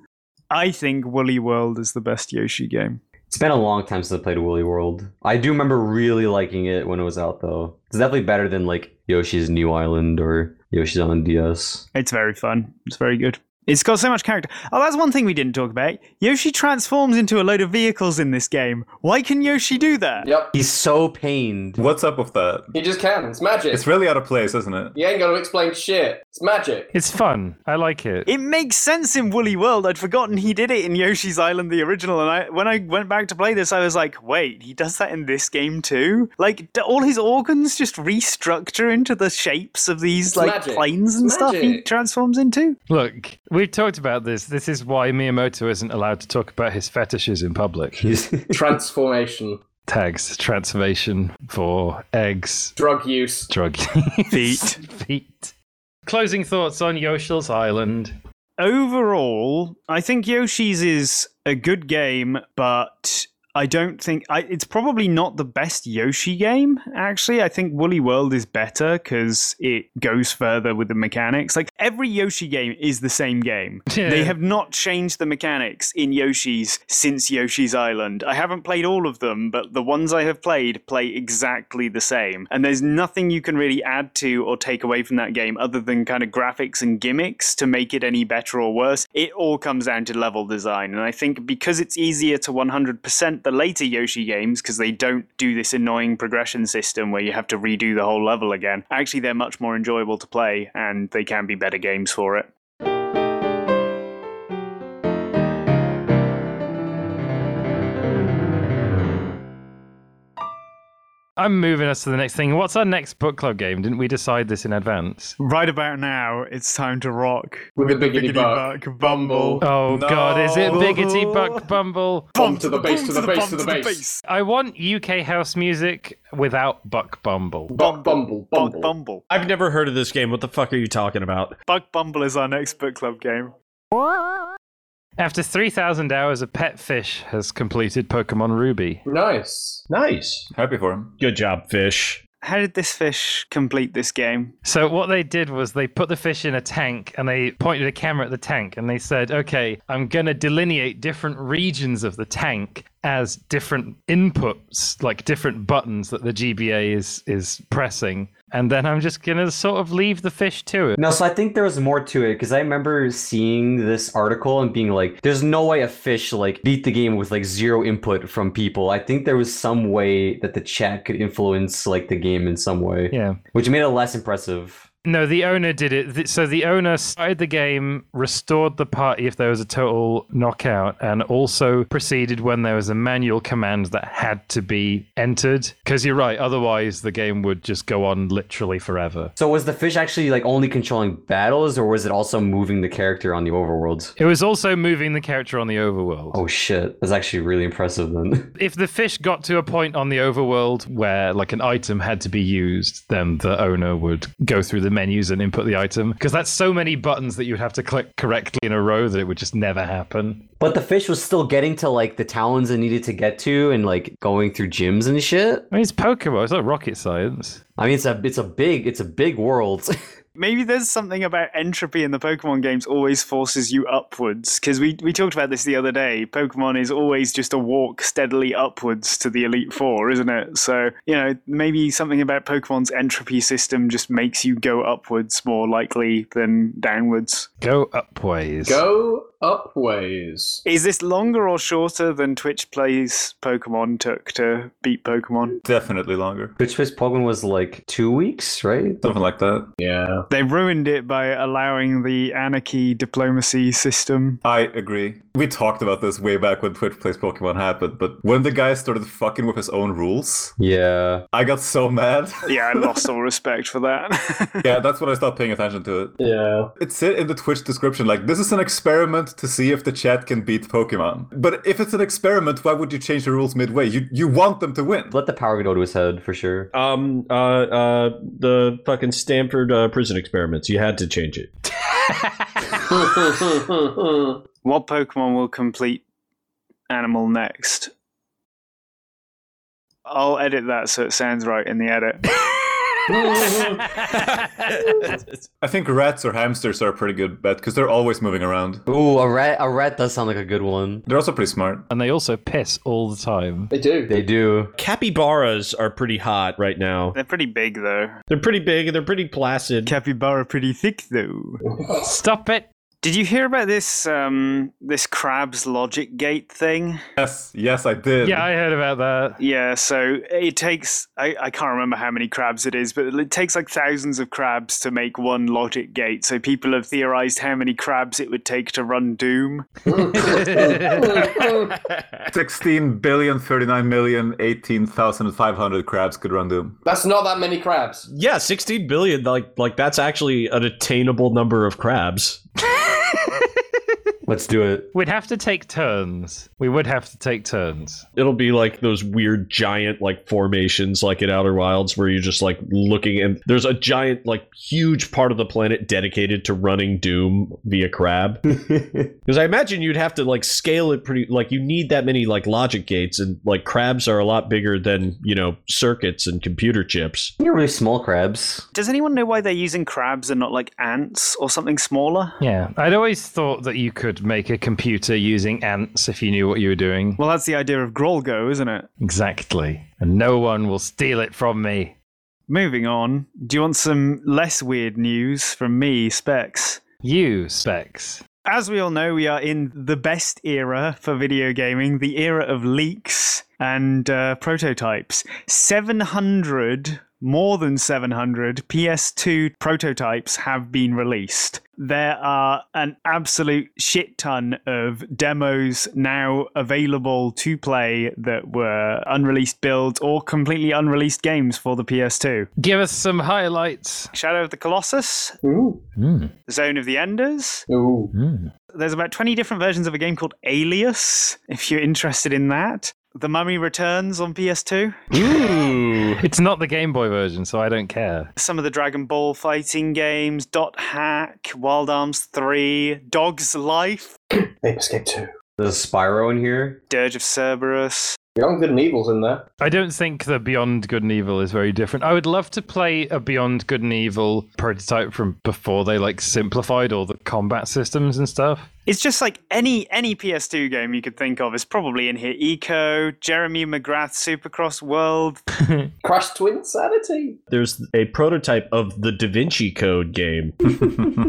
[SPEAKER 2] I think Woolly World is the best Yoshi game.
[SPEAKER 5] it's been a long time since I played Woolly World. I do remember really liking it when it was out, though. It's definitely better than like Yoshi's New Island or Yoshi's on DS.
[SPEAKER 2] It's very fun. It's very good. It's got so much character. Oh, that's one thing we didn't talk about. Yoshi transforms into a load of vehicles in this game. Why can Yoshi do that?
[SPEAKER 6] Yep,
[SPEAKER 5] He's so pained.
[SPEAKER 3] What's up with that?
[SPEAKER 6] he just can. It's magic.
[SPEAKER 3] It's really out of place, isn't it?
[SPEAKER 6] you ain't got to explain shit. It's magic.
[SPEAKER 4] It's fun. I like it.
[SPEAKER 2] It makes sense in Woolly World. I'd forgotten he did it in Yoshi's Island, the original. And I, when I went back to play this, I was like, wait, he does that in this game too? Like, do all his organs just restructure into the shapes of these,
[SPEAKER 6] It's
[SPEAKER 2] like,
[SPEAKER 6] magic.
[SPEAKER 2] planes and
[SPEAKER 6] It's
[SPEAKER 2] stuff he
[SPEAKER 6] magic.
[SPEAKER 2] transforms into?
[SPEAKER 4] Look, we've talked about this. This is why Miyamoto isn't allowed to talk about his fetishes in public.
[SPEAKER 5] He's
[SPEAKER 6] Transformation,
[SPEAKER 4] Tags, transformation for eggs,
[SPEAKER 6] drug use.
[SPEAKER 4] drug
[SPEAKER 2] Feet.
[SPEAKER 4] feet. Closing thoughts on Yoshi's Island.
[SPEAKER 2] overall, I think Yoshi's is a good game, but I don't think I, it's probably not the best Yoshi game. Actually, I think Woolly World is better because it goes further with the mechanics. Like every Yoshi game is the same game.
[SPEAKER 4] Yeah.
[SPEAKER 2] They have not changed the mechanics in Yoshi's since Yoshi's Island. I haven't played all of them, but the ones I have played play exactly the same. And there's nothing you can really add to or take away from that game other than kind of graphics and gimmicks to make it any better or worse. It all comes down to level design. And I think because it's easier to 100% the later Yoshi games, because they don't do this annoying progression system where you have to redo the whole level again, actually, they're much more enjoyable to play and they can be better games for it.
[SPEAKER 4] I'm moving us to the next thing. What's our next book club game? Didn't we decide this in advance?
[SPEAKER 2] Right about now, it's time to rock
[SPEAKER 6] With the biggity
[SPEAKER 2] buck, bumble.
[SPEAKER 4] Oh
[SPEAKER 3] No.
[SPEAKER 4] god, is it Biggity Buck Bumble?
[SPEAKER 6] Bump to the bass, to the bass,
[SPEAKER 2] bump,
[SPEAKER 6] to the bass.
[SPEAKER 4] I want UK house music without Buck Bumble.
[SPEAKER 6] Buck bumble,
[SPEAKER 2] Buck
[SPEAKER 6] bumble.
[SPEAKER 2] Bumble.
[SPEAKER 7] I've never heard of this game. What the fuck are you talking about?
[SPEAKER 2] Buck Bumble is our next book club game.
[SPEAKER 4] After 3,000 hours, a pet fish has completed Pokemon Ruby.
[SPEAKER 6] Nice.
[SPEAKER 7] Nice.
[SPEAKER 3] Happy for him.
[SPEAKER 7] Good job, fish.
[SPEAKER 2] How did this fish complete this game?
[SPEAKER 4] So what they did was they put the fish in a tank and they pointed a camera at the tank and they said, "Okay, I'm going to delineate different regions of the tank as different inputs, like different buttons that the GBA is is pressing, and then I'm just going to sort of leave the fish to it."
[SPEAKER 5] No, so I think there was more to it because I remember seeing this article and being like, "There's no way a fish like beat the game with like zero input from people." I think there was some way that the chat could influence like the game in some way,
[SPEAKER 4] Yeah.
[SPEAKER 5] which made it less impressive.
[SPEAKER 4] No, the owner did it. Th- So the owner started the game, restored the party if there was a total knockout, and also proceeded when there was a manual command that had to be entered. Because you're right, otherwise the game would just go on literally forever.
[SPEAKER 5] So was the fish actually like only controlling battles, or was it also moving the character on the overworld?
[SPEAKER 4] It was also moving the character on the overworld.
[SPEAKER 5] Oh shit, that's actually really impressive then.
[SPEAKER 4] If the fish got to a point on the overworld where like an item had to be used, then the owner would go through the menus and input the item. Because that's so many buttons that you'd have to click correctly in a row that it would just never happen.
[SPEAKER 5] but the fish was still getting to like the towns it needed to get to and like going through gyms and shit.
[SPEAKER 4] I mean, it's Pokemon. It's not rocket science.
[SPEAKER 5] I mean, it's a it's a big it's a big world.
[SPEAKER 2] Maybe there's something about entropy in the Pokemon games always forces you upwards. Because we, we talked about this the other day. Pokemon is always just a walk steadily upwards to the Elite Four, isn't it? So, you know, maybe something about Pokemon's entropy system just makes you go upwards more likely than downwards.
[SPEAKER 4] Go up ways.
[SPEAKER 6] Go up ways.
[SPEAKER 2] Is this longer or shorter than Twitch Plays Pokemon took to beat Pokemon?
[SPEAKER 3] Definitely longer.
[SPEAKER 5] Which was Pokemon was like two weeks, right?
[SPEAKER 3] Something like that.
[SPEAKER 6] Yeah.
[SPEAKER 2] They ruined it by allowing the anarchy diplomacy system.
[SPEAKER 3] I agree. We talked about this way back when Twitch Plays Pokemon happened, but when the guy started fucking with his own rules,
[SPEAKER 5] Yeah.
[SPEAKER 3] I got so mad.
[SPEAKER 2] Yeah, I lost all respect for that.
[SPEAKER 3] yeah, that's when I stopped paying attention to it.
[SPEAKER 6] Yeah.
[SPEAKER 3] It said in the Twitch description, like, this is an experiment to see if the chat can beat Pokemon. But if it's an experiment, why would you change the rules midway? You you want them to win.
[SPEAKER 5] Let the power go to his head for sure.
[SPEAKER 7] Um, uh, uh, the fucking Stanford uh, prison Simpson experiments. You had to change it.
[SPEAKER 2] What Pokemon will complete animal next? I'll edit that so it sounds right in the edit.
[SPEAKER 3] I think rats or hamsters are a pretty good bet because they're always moving around.
[SPEAKER 5] Ooh, a rat. A rat does sound like a good one.
[SPEAKER 3] They're also pretty smart.
[SPEAKER 4] and they also piss all the time.
[SPEAKER 6] they do.
[SPEAKER 5] They do.
[SPEAKER 7] Capybaras are pretty hot right now.
[SPEAKER 2] They're pretty big though.
[SPEAKER 7] They're pretty big and they're pretty placid.
[SPEAKER 2] Capybara pretty thick though.
[SPEAKER 4] Stop it.
[SPEAKER 2] Did you hear about this um this crab's logic gate thing?
[SPEAKER 3] Yes, yes, I did.
[SPEAKER 4] Yeah, I heard about that.
[SPEAKER 2] Yeah, so it takes I, I can't remember how many crabs it is, but it takes like thousands of crabs to make one logic gate. So people have theorized how many crabs it would take to run Doom.
[SPEAKER 3] 16 billion, 39 million, 18,500 crabs could run Doom.
[SPEAKER 6] That's not that many crabs.
[SPEAKER 7] Yeah, 16 billion. Like, like that's actually an attainable number of crabs.
[SPEAKER 5] Let's do it.
[SPEAKER 4] We'd have to take turns. We would have to take turns.
[SPEAKER 7] It'll be like those weird giant like formations, like in Outer Wilds, where you're just like looking, and there's a giant, like huge part of the planet dedicated to running Doom via crab. Because I imagine you'd have to like scale it pretty, like you need that many like logic gates, and like crabs are a lot bigger than you know circuits and computer chips.
[SPEAKER 5] You're really small crabs.
[SPEAKER 2] Does anyone know why they're using crabs and not like ants or something smaller?
[SPEAKER 4] Yeah. I'd always thought that you could make a computer using ants if you knew what you were doing.
[SPEAKER 2] Well, that's the idea of Grolgo, isn't it?
[SPEAKER 4] Exactly. And no one will steal it from me.
[SPEAKER 2] Moving on, do you want some less weird news from me, Specs?
[SPEAKER 4] You, Specs.
[SPEAKER 2] As we all know, we are in the best era for video gaming, the era of leaks and uh, prototypes. 700, more than 700 PS2 prototypes have been released. There are an absolute shit ton of demos now available to play that were unreleased builds or completely unreleased games for the PS2.
[SPEAKER 4] Give us some highlights.
[SPEAKER 2] Shadow of the Colossus,
[SPEAKER 6] Ooh. Hmm.
[SPEAKER 2] Zone of the Enders,
[SPEAKER 6] Ooh.
[SPEAKER 2] there's about 20 different versions of a game called Alias, if you're interested in that. The Mummy Returns on PS2.
[SPEAKER 7] Ooh,
[SPEAKER 4] It's not the Game Boy version, so I don't care.
[SPEAKER 2] Some of the Dragon Ball fighting games, Dot Hack, Wild Arms 3, Dog's Life,
[SPEAKER 6] Ape Escape 2.
[SPEAKER 5] There's a Spyro in here.
[SPEAKER 2] Dirge of Cerberus.
[SPEAKER 6] Young Good and Evil's in there.
[SPEAKER 4] I don't think the Beyond Good and Evil is very different. I would love to play a Beyond Good and Evil prototype from before they like simplified all the combat systems and stuff.
[SPEAKER 2] It's just like any any PS2 game you could think of is probably in here. Eco, Jeremy McGrath, Supercross World.
[SPEAKER 6] Crash Twin Sanity.
[SPEAKER 7] there's a prototype of the Da Vinci Code game.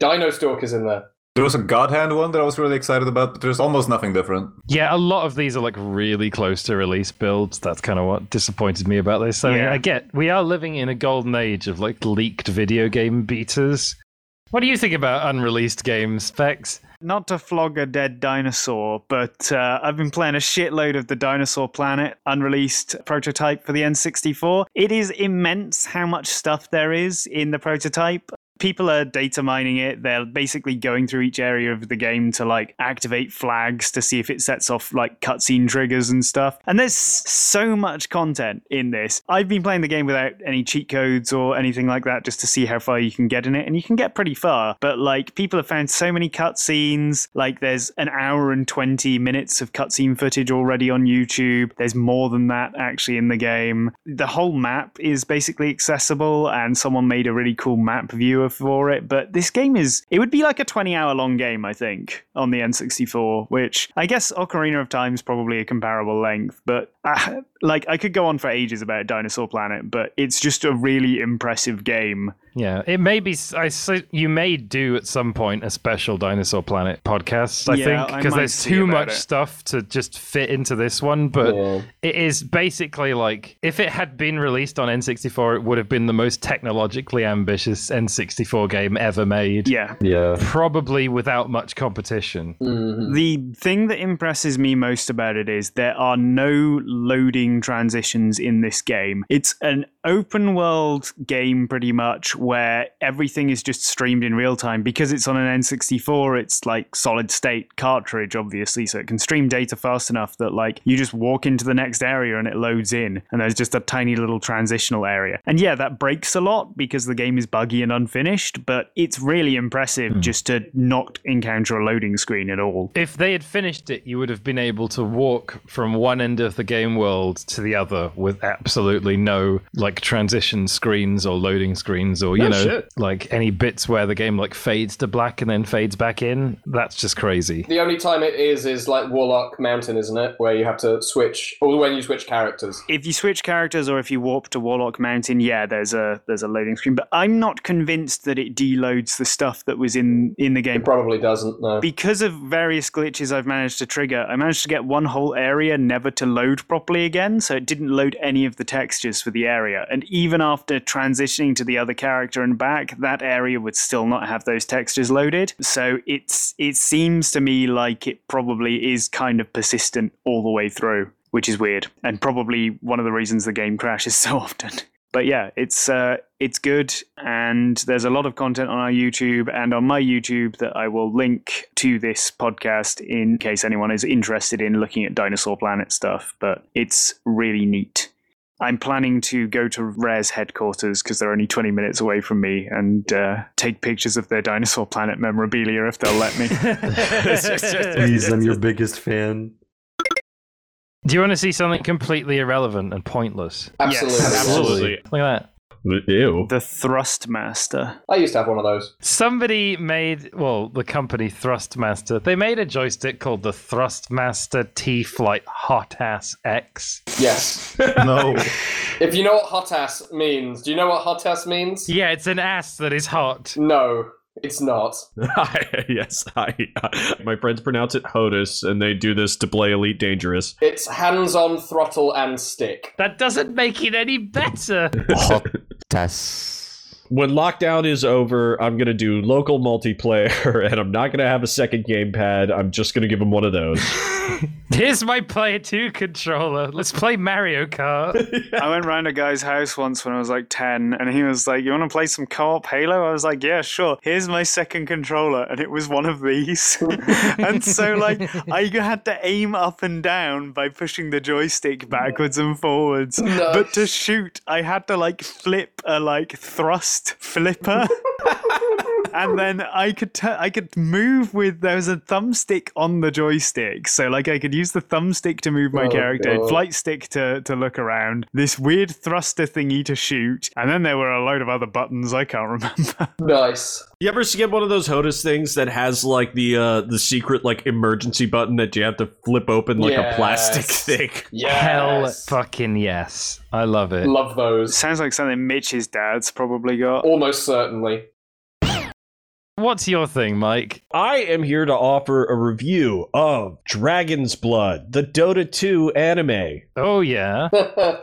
[SPEAKER 6] Dino Stalker's in there.
[SPEAKER 3] There was a God Hand one that I was really excited about, but there's almost nothing different.
[SPEAKER 4] Yeah, a lot of these are like really close to release builds. That's kind of what disappointed me about this. I mean,
[SPEAKER 2] Yeah.
[SPEAKER 4] I get we are living in a golden age of like leaked video game beaters. What do you think about unreleased game specs?
[SPEAKER 2] Not to flog a dead dinosaur, but uh, I've been playing a shitload of the Dinosaur Planet unreleased prototype for the N64. It is immense how much stuff there is in the prototype. People are data mining it. They're basically going through each area of the game to like activate flags to see if it sets off like cutscene triggers and stuff. And there's so much content in this. I've been playing the game without any cheat codes or anything like that just to see how far you can get in it. And you can get pretty far. But like people have found so many cutscenes. Like there's an hour and 20 minutes of cutscene footage already on YouTube. There's more than that actually in the game. The whole map is basically accessible and someone made a really cool map viewer for it. But this game is, it would be like a 20 hour long game, I think, on the N64, which I guess Ocarina of Time is probably a comparable length. But uh, like I could go on for ages about Dinosaur Planet, but it's just a really impressive game.
[SPEAKER 4] Yeah, it may be. I so you may do at some point a special Dinosaur Planet podcast. I
[SPEAKER 2] Yeah,
[SPEAKER 4] think
[SPEAKER 2] I
[SPEAKER 4] because
[SPEAKER 2] might
[SPEAKER 4] there's
[SPEAKER 2] see
[SPEAKER 4] too
[SPEAKER 2] about
[SPEAKER 4] much
[SPEAKER 2] it.
[SPEAKER 4] stuff to just fit into this one. But
[SPEAKER 6] Yeah.
[SPEAKER 4] it is basically like if it had been released on N64, it would have been the most technologically ambitious N64 game ever made.
[SPEAKER 2] Yeah.
[SPEAKER 5] Yeah.
[SPEAKER 4] Probably without much competition.
[SPEAKER 6] Mhm.
[SPEAKER 2] The thing that impresses me most about it is there are no loading transitions in this game. It's an open world game pretty much where everything is just streamed in real time because it's on an N64 it's like solid state cartridge obviously so it can stream data fast enough that like you just walk into the next area and it loads in and there's just a tiny little transitional area. And yeah, that breaks a lot because the game is buggy and unfinished, but it's really impressive just to not encounter a loading screen at all.
[SPEAKER 4] If they had finished it, you would have been able to walk from one end of the game world to the other with absolutely no like transition screens or loading screens or you know
[SPEAKER 7] shit.
[SPEAKER 4] like any bits where the game like fades to black and then fades back in. That's just crazy.
[SPEAKER 6] The only time it is is like Warlock Mountain, isn't it? Where you have to switch, or when you switch characters.
[SPEAKER 2] if you switch characters or if you warp to Warlock Mountain, yeah, there's a there's a loading screen. But I'm not convinced that it deloads the stuff that was in in the game.
[SPEAKER 6] It probably doesn't. No.
[SPEAKER 2] Because of various glitches I've managed to trigger, I managed to get one whole area never to load properly again, so it didn't load any of the textures for the area. And even after transitioning to the other character and back, that area would still not have those textures loaded. So it's it seems to me like it probably is kind of persistent all the way through which is weird and probably one of the reasons the game crashes so often. But yeah, it's uh, it's good, and there's a lot of content on our YouTube and on my YouTube that I will link to this podcast in case anyone is interested in looking at Dinosaur Planet stuff. But it's really neat. I'm planning to go to Rare's headquarters because they're only 20 minutes away from me and uh, take pictures of their Dinosaur Planet memorabilia if they'll let me.
[SPEAKER 5] Please, I'm your biggest fan.
[SPEAKER 4] Do you want to see something completely irrelevant and pointless?
[SPEAKER 6] Absolutely.
[SPEAKER 7] Absolutely.
[SPEAKER 4] Look at that.
[SPEAKER 7] Ew.
[SPEAKER 2] the Thrustmaster.
[SPEAKER 6] I used to have one of those.
[SPEAKER 4] Somebody made, well, the company Thrustmaster, they made a joystick called the Thrustmaster T Flight Hot Ass X.
[SPEAKER 6] Yes.
[SPEAKER 3] No.
[SPEAKER 6] if you know what hot ass means, do you know what hot ass means?
[SPEAKER 4] Yeah, it's an ass that is hot.
[SPEAKER 6] No, it's not.
[SPEAKER 7] yes, I, my friends pronounce it HOTUS, and they do this to play Elite Dangerous.
[SPEAKER 6] It's hands-on throttle and stick.
[SPEAKER 4] That doesn't make it any better.
[SPEAKER 5] Hot test.
[SPEAKER 7] When lockdown is over, I'm gonna do local multiplayer, and I'm not gonna have a second gamepad. I'm just gonna give them one of those.
[SPEAKER 4] Here's my Player 2 controller. Let's play Mario Kart.
[SPEAKER 2] I went round a guy's house once when I was like 10, and he was like, You want to play some co op Halo? I was like, Yeah, sure. Here's my second controller. And it was one of these. and so, like, I had to aim up and down by pushing the joystick backwards and forwards.
[SPEAKER 6] No.
[SPEAKER 2] But to shoot, I had to, like, flip a, like, thrust flipper. and then I could tu- I could move with there was a thumbstick on the joystick, so like I could use the thumbstick to move my
[SPEAKER 6] Oh,
[SPEAKER 2] character,
[SPEAKER 6] God.
[SPEAKER 2] flight stick to to look around, this weird thruster thingy to shoot, and then there were a load of other buttons I can't remember.
[SPEAKER 6] Nice.
[SPEAKER 7] You ever get one of those HOTUS things that has like the uh the secret like emergency button that you have to flip open like a plastic
[SPEAKER 6] Yes.
[SPEAKER 7] thing?
[SPEAKER 4] Hell
[SPEAKER 6] Yes.
[SPEAKER 4] fucking yes. I love it.
[SPEAKER 6] Love those.
[SPEAKER 2] Sounds like something Mitch's dad's probably got.
[SPEAKER 6] Almost certainly.
[SPEAKER 4] What's your thing, Mike?
[SPEAKER 7] I am here to offer a review of Dragon's Blood, the Dota 2 anime.
[SPEAKER 4] Oh, yeah.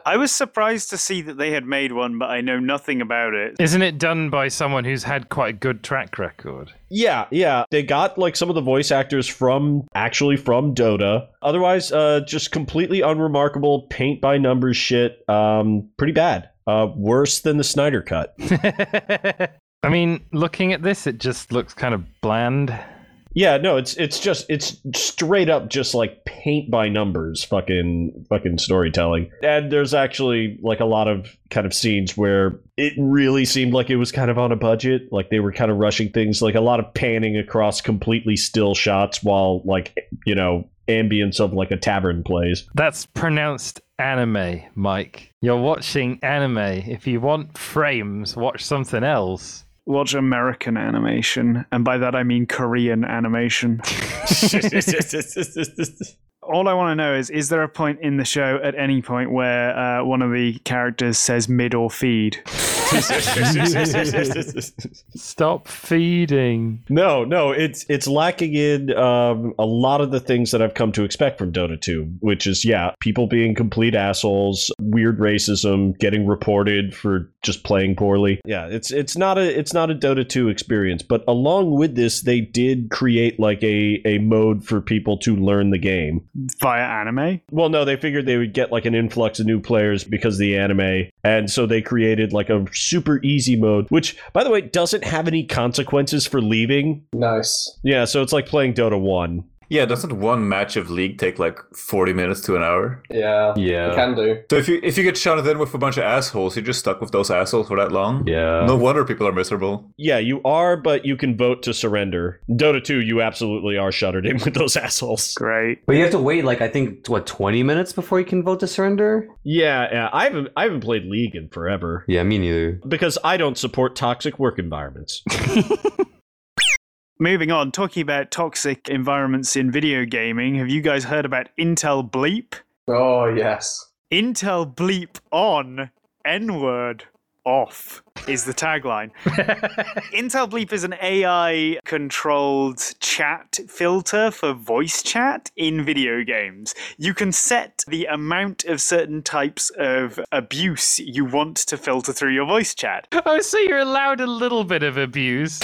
[SPEAKER 2] I was surprised to see that they had made one, but I know nothing about it.
[SPEAKER 4] Isn't it done by someone who's had quite a good track record?
[SPEAKER 7] Yeah, yeah. They got like some of the voice actors from actually from Dota. Otherwise, uh just completely unremarkable paint by numbers shit. Um pretty bad. Uh worse than the Snyder cut.
[SPEAKER 4] I mean, looking at this, it just looks kind of bland.
[SPEAKER 7] Yeah, no, it's it's just it's straight up just like paint by numbers fucking fucking storytelling. And there's actually like a lot of kind of scenes where it really seemed like it was kind of on a budget, like they were kind of rushing things, like a lot of panning across completely still shots while like, you know, ambience of like a tavern plays.
[SPEAKER 4] That's pronounced anime, Mike. You're watching anime. If you want frames, watch something else.
[SPEAKER 2] Watch American animation, and by that I mean Korean animation. all I want to know is is there a point in the show at any point where uh, one of the characters says mid or feed?
[SPEAKER 4] Stop feeding.
[SPEAKER 7] No, no, it's it's lacking in um, a lot of the things that I've come to expect from Dota 2, which is yeah, people being complete assholes, weird racism, getting reported for just playing poorly. Yeah, it's it's not a it's not a Dota 2 experience, but along with this, they did create like a a mode for people to learn the game.
[SPEAKER 2] via anime.
[SPEAKER 7] Well, no, they figured they would get like an influx of new players because of the anime. And so they created like a super easy mode, which, by the way, doesn't have any consequences for leaving.
[SPEAKER 6] Nice.
[SPEAKER 7] Yeah, so it's like playing Dota 1.
[SPEAKER 3] Yeah, doesn't one match of League take like 40 minutes to an hour?
[SPEAKER 6] Yeah.
[SPEAKER 5] Yeah.
[SPEAKER 6] You can do.
[SPEAKER 3] So if you if you get shouted in with a bunch of assholes, you're just stuck with those assholes for that long?
[SPEAKER 5] Yeah.
[SPEAKER 3] No wonder people are miserable.
[SPEAKER 7] Yeah, you are, but you can vote to surrender. Dota 2, you absolutely are shuttered in with those assholes.
[SPEAKER 2] Great.
[SPEAKER 5] But you have to wait like I think what 20 minutes before you can vote to surrender?
[SPEAKER 7] Yeah, yeah I, haven't, I haven't played League in forever
[SPEAKER 5] Yeah, me neither.
[SPEAKER 7] because I don't support toxic work environments.
[SPEAKER 2] Moving on, talking about toxic environments in video gaming, have you guys heard about Intel Bleep?
[SPEAKER 6] Oh yes.
[SPEAKER 2] Intel Bleep on, N word off is the tagline. Intel Bleep is an AI controlled chat filter for voice chat in video games. You can set the amount of certain types of abuse you want to filter through your voice chat.
[SPEAKER 4] Oh, so you're allowed a little bit of abuse.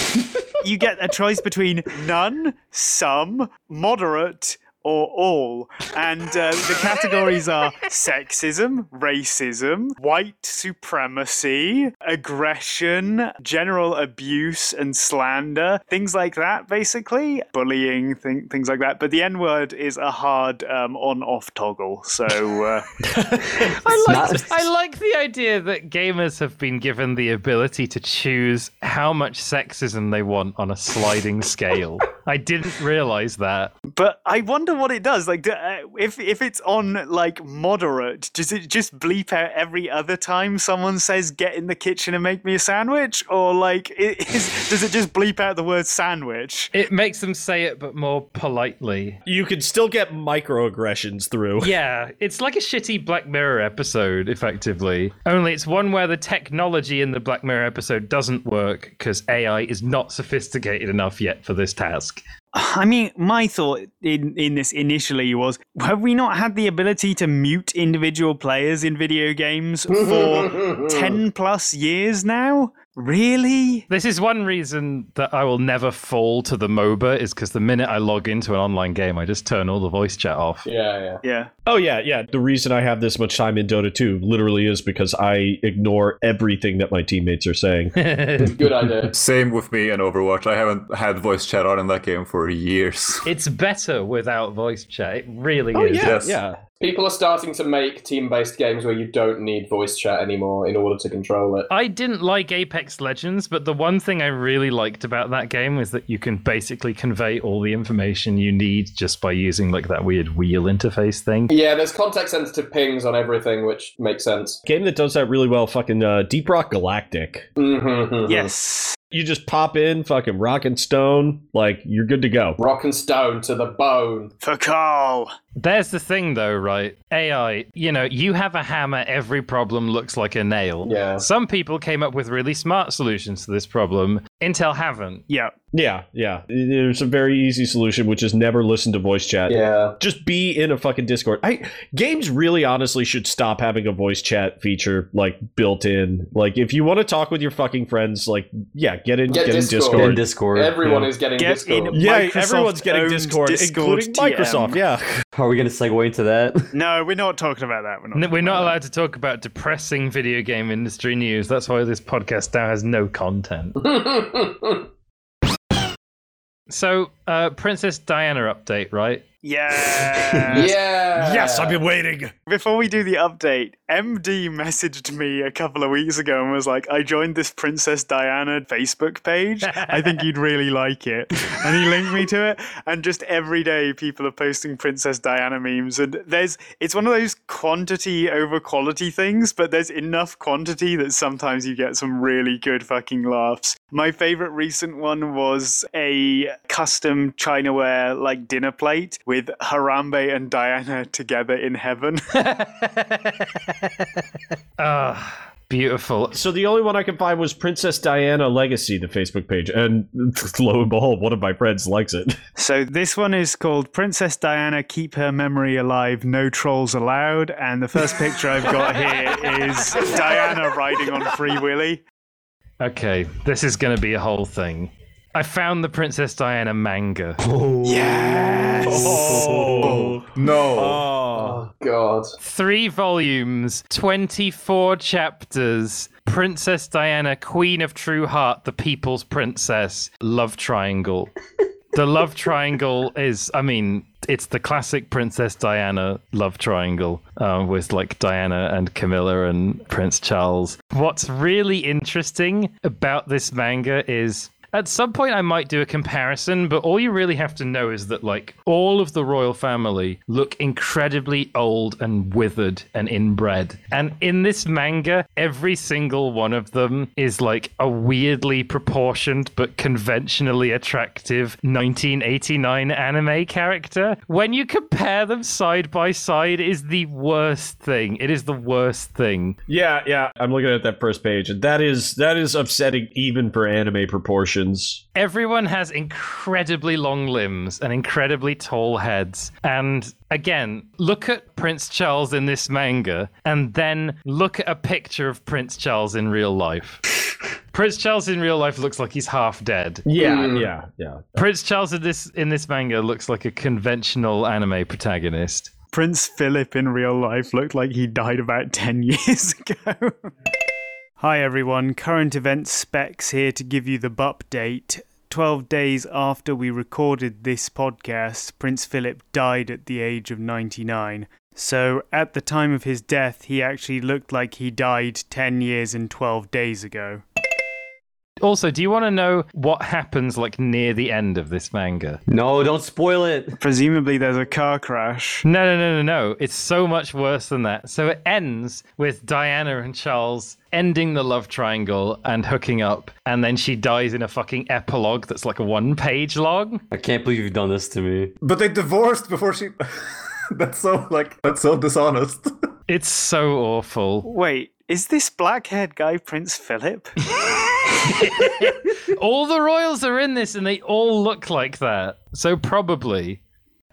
[SPEAKER 2] You get a choice between none, some, moderate, or all. And uh, the categories are sexism, racism, white supremacy, aggression, general abuse and slander, things like that, basically. Bullying, th- things like that. But the N word is a hard um, on off toggle. So, uh,
[SPEAKER 4] I like,
[SPEAKER 5] not-
[SPEAKER 4] I like the idea that gamers have been given the ability to choose how much sexism they want on a sliding scale. I didn't realize that.
[SPEAKER 2] but I wonder what it does. Like, do- uh, if, if it's on, like, moderate, does it just bleep out every other time someone says, get in the kitchen and make me a sandwich? Or, like, i- is, does it just bleep out the word sandwich?
[SPEAKER 4] It makes them say it, but more politely.
[SPEAKER 7] you can still get microaggressions through.
[SPEAKER 4] Yeah, it's like a shitty Black Mirror episode, effectively. Only it's one where the technology in the Black Mirror episode doesn't work because AI is not sophisticated enough yet for this task.
[SPEAKER 2] I mean, my thought in, in this initially was have we not had the ability to mute individual players in video games for 10 plus years now? Really?
[SPEAKER 4] This is one reason that I will never fall to the MOBA is because the minute I log into an online game, I just turn all the voice chat off.
[SPEAKER 6] Yeah, yeah.
[SPEAKER 2] Yeah.
[SPEAKER 7] Oh yeah, yeah. The reason I have this much time in Dota 2 literally is because I ignore everything that my teammates are saying.
[SPEAKER 6] Good idea.
[SPEAKER 3] Same with me and Overwatch. I haven't had voice chat on in that game for years.
[SPEAKER 4] It's better without voice chat. It really
[SPEAKER 7] oh
[SPEAKER 4] is.
[SPEAKER 7] yeah,
[SPEAKER 3] Yes.
[SPEAKER 7] yeah.
[SPEAKER 6] People are starting to make team-based games where you don't need voice chat anymore in order to control it.
[SPEAKER 4] I didn't like Apex Legends, but the one thing I really liked about that game was that you can basically convey all the information you need just by using like that weird wheel interface thing.
[SPEAKER 6] Yeah, there's context-sensitive pings on everything, which makes sense.
[SPEAKER 7] Game that does that really well, fucking uh, Deep Rock Galactic.
[SPEAKER 6] Mm-hmm.
[SPEAKER 2] Yes.
[SPEAKER 7] You just pop in, fucking rock and stone, like you're good to go.
[SPEAKER 6] Rock and stone to the bone.
[SPEAKER 2] For Carl.
[SPEAKER 4] There's the thing though, right? AI, you know, you have a hammer, every problem looks like a nail.
[SPEAKER 6] Yeah.
[SPEAKER 4] Some people came up with really smart solutions to this problem. Intel haven't.
[SPEAKER 2] Yeah.
[SPEAKER 7] Yeah, yeah. There's a very easy solution, which is never listen to voice chat.
[SPEAKER 6] Yeah.
[SPEAKER 7] Just be in a fucking Discord. I games really honestly should stop having a voice chat feature like built in. Like if you want to talk with your fucking friends, like yeah, get in,
[SPEAKER 6] Get
[SPEAKER 7] get, in
[SPEAKER 6] Discord.
[SPEAKER 7] Discord.
[SPEAKER 5] In Discord.
[SPEAKER 6] Everyone is getting
[SPEAKER 2] Get
[SPEAKER 6] Discord.
[SPEAKER 2] in-
[SPEAKER 7] Yeah,
[SPEAKER 2] Microsoft
[SPEAKER 7] everyone's getting
[SPEAKER 2] owns
[SPEAKER 7] Discord,
[SPEAKER 2] Discord
[SPEAKER 7] including
[SPEAKER 2] TM.
[SPEAKER 7] Microsoft. Yeah.
[SPEAKER 5] Are we gonna segue into that?
[SPEAKER 2] No, we're not talking about that. We're not.
[SPEAKER 4] No, We're not allowed to talk about depressing video game industry news. That's why this podcast now has no content. So, uh, Princess Diana update, right?
[SPEAKER 2] Yeah.
[SPEAKER 6] yeah.
[SPEAKER 7] waiting.
[SPEAKER 2] Before we do the update, MD messaged me a couple of weeks ago and was like, I joined this Princess Diana Facebook page. I think you'd really like it. And he linked me to it. And just every day people are posting Princess Diana memes. And there's it's one of those quantity over quality things, but there's enough quantity that sometimes you get some really good fucking laughs. My favorite recent one was a custom Chinaware like dinner plate with Harambe and Diana together in heaven.
[SPEAKER 4] Ah, Beautiful.
[SPEAKER 7] So the only one I can find was Princess Diana Legacy, the Facebook page, and lo and behold, one of my friends likes it.
[SPEAKER 2] So this one is called Princess Diana Keep Her Memory Alive, No Trolls Allowed. And the first picture I've got here is Diana riding on Free Willy.
[SPEAKER 4] Okay, this is going to be a whole thing. I found the Princess Diana manga.
[SPEAKER 2] Yes!
[SPEAKER 7] Oh
[SPEAKER 3] No.
[SPEAKER 6] Oh, God.
[SPEAKER 4] Three volumes, 24 chapters. Princess Diana, Queen of True Heart, the People's Princess, Love Triangle. the Love Triangle is, I mean, it's the classic Princess Diana love triangle um, with like Diana and Camilla and Prince Charles. What's really interesting about this manga is at some point, I might do a comparison, but all you really have to know is that, like, all of the royal family look incredibly old and withered and inbred. And in this manga, every single one of them is like a weirdly proportioned but conventionally attractive 1989 anime character. When you compare them side by side, it is the worst thing. It is the worst thing.
[SPEAKER 7] yeah, yeah. I'm looking at that first page, and that is that is upsetting even for anime proportions.
[SPEAKER 4] everyone has incredibly long limbs and incredibly tall heads. And again, look at Prince Charles in this manga and then look at a picture of Prince Charles in real life. Prince Charles in real life looks like he's half dead.
[SPEAKER 7] Yeah,
[SPEAKER 6] Mm.
[SPEAKER 7] yeah, yeah.
[SPEAKER 4] Prince Charles in this in this manga looks like a conventional anime protagonist.
[SPEAKER 2] Prince Philip in real life looked like he died about 10 years ago. Hi everyone, current event specs here to give you the BUP date. 12 days after we recorded this podcast, Prince Philip died at the age of 99. So, at the time of his death, he actually looked like he died 10 years and 12 days ago.
[SPEAKER 4] Also, do you want to know what happens like near the end of this manga?
[SPEAKER 5] No, don't spoil it.
[SPEAKER 2] Presumably, there's a car crash.
[SPEAKER 4] No, no, no, no, no. It's so much worse than that. So it ends with Diana and Charles ending the love triangle and hooking up, and then she dies in a fucking epilogue that's like one page long.
[SPEAKER 5] I can't believe you've done this to me.
[SPEAKER 3] But they divorced before she. that's so like that's so dishonest.
[SPEAKER 4] It's so awful.
[SPEAKER 2] Wait, is this black haired guy Prince Philip?
[SPEAKER 4] All the royals are in this, and they all look like that. So probably.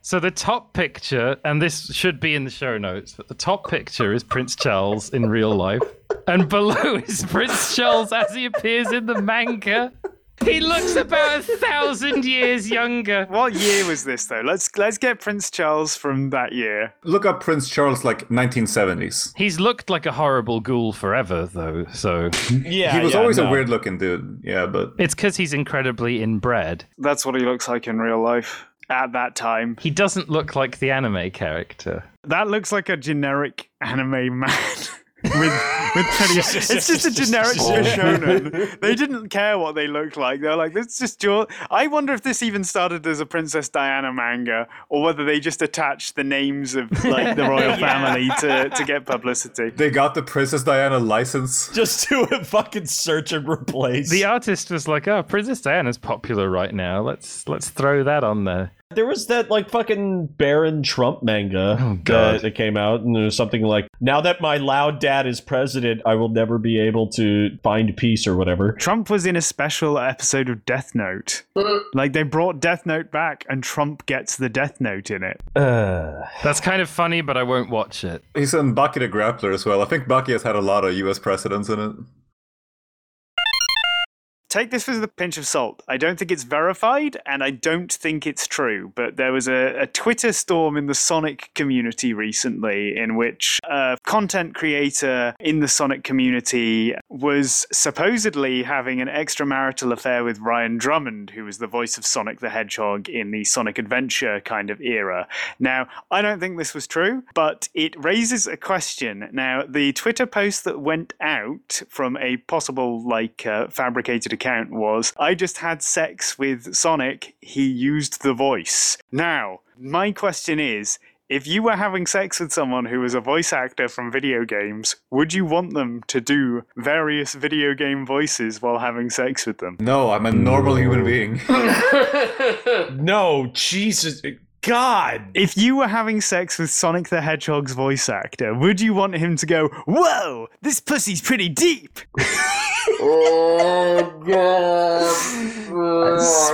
[SPEAKER 4] So the top picture, and this should be in the show notes, but the top picture is Prince Charles in real life, and below is Prince Charles as he appears in the manga. He looks about a thousand years younger.
[SPEAKER 2] What year was this though? Let's let's get Prince Charles from that year.
[SPEAKER 3] Look up Prince Charles like 1970s.
[SPEAKER 4] He's looked like a horrible ghoul forever, though, so
[SPEAKER 7] Yeah,
[SPEAKER 3] he was always a
[SPEAKER 7] no.
[SPEAKER 3] weird looking dude. Yeah, but
[SPEAKER 4] it's because he's incredibly inbred.
[SPEAKER 2] That's what he looks like in real life at that time.
[SPEAKER 4] He doesn't look like the anime character.
[SPEAKER 2] That looks like a generic anime man. with with pretty, it's just a generic shonen. They didn't care what they looked like. They're like, it's just your. I wonder if this even started as a Princess Diana manga, or whether they just attached the names of like the royal family to, to get publicity.
[SPEAKER 3] they got the Princess Diana license.
[SPEAKER 7] Just do a fucking search and replace.
[SPEAKER 4] The artist was like, "Oh, Princess Diana's popular right now. Let's let's throw that on there."
[SPEAKER 7] There was that like fucking Baron Trump manga
[SPEAKER 6] Oh,
[SPEAKER 4] God.
[SPEAKER 7] that, that came out, and there was something like, "Now that my loud dad is president, I will never be able to find peace or whatever."
[SPEAKER 2] Trump was in a special episode of Death Note. Like they brought Death Note back, and Trump gets the Death Note in it.
[SPEAKER 7] Uh,
[SPEAKER 4] That's kind of funny, but I won't watch it.
[SPEAKER 3] He's in Baki the Grappler as well. I think Baki has had a lot of U.S. presidents in it.
[SPEAKER 2] Take this with a pinch of salt. I don't think it's verified, and I don't think it's true. But there was a, a Twitter storm in the Sonic community recently, in which a content creator in the Sonic community was supposedly having an extramarital affair with Ryan Drummond, who was the voice of Sonic the Hedgehog in the Sonic Adventure kind of era. Now, I don't think this was true, but it raises a question. Now, the Twitter post that went out from a possible, like, uh, fabricated account was I just had sex with Sonic, he used the voice. Now, my question is. If you were having sex with someone who was a voice actor from video games, would you want them to do various video game voices while having sex with them?
[SPEAKER 3] No, I'm a normal human being.
[SPEAKER 7] no, Jesus, God.
[SPEAKER 2] If you were having sex with Sonic the Hedgehog's voice actor, would you want him to go, Whoa, this pussy's pretty deep?
[SPEAKER 6] oh god!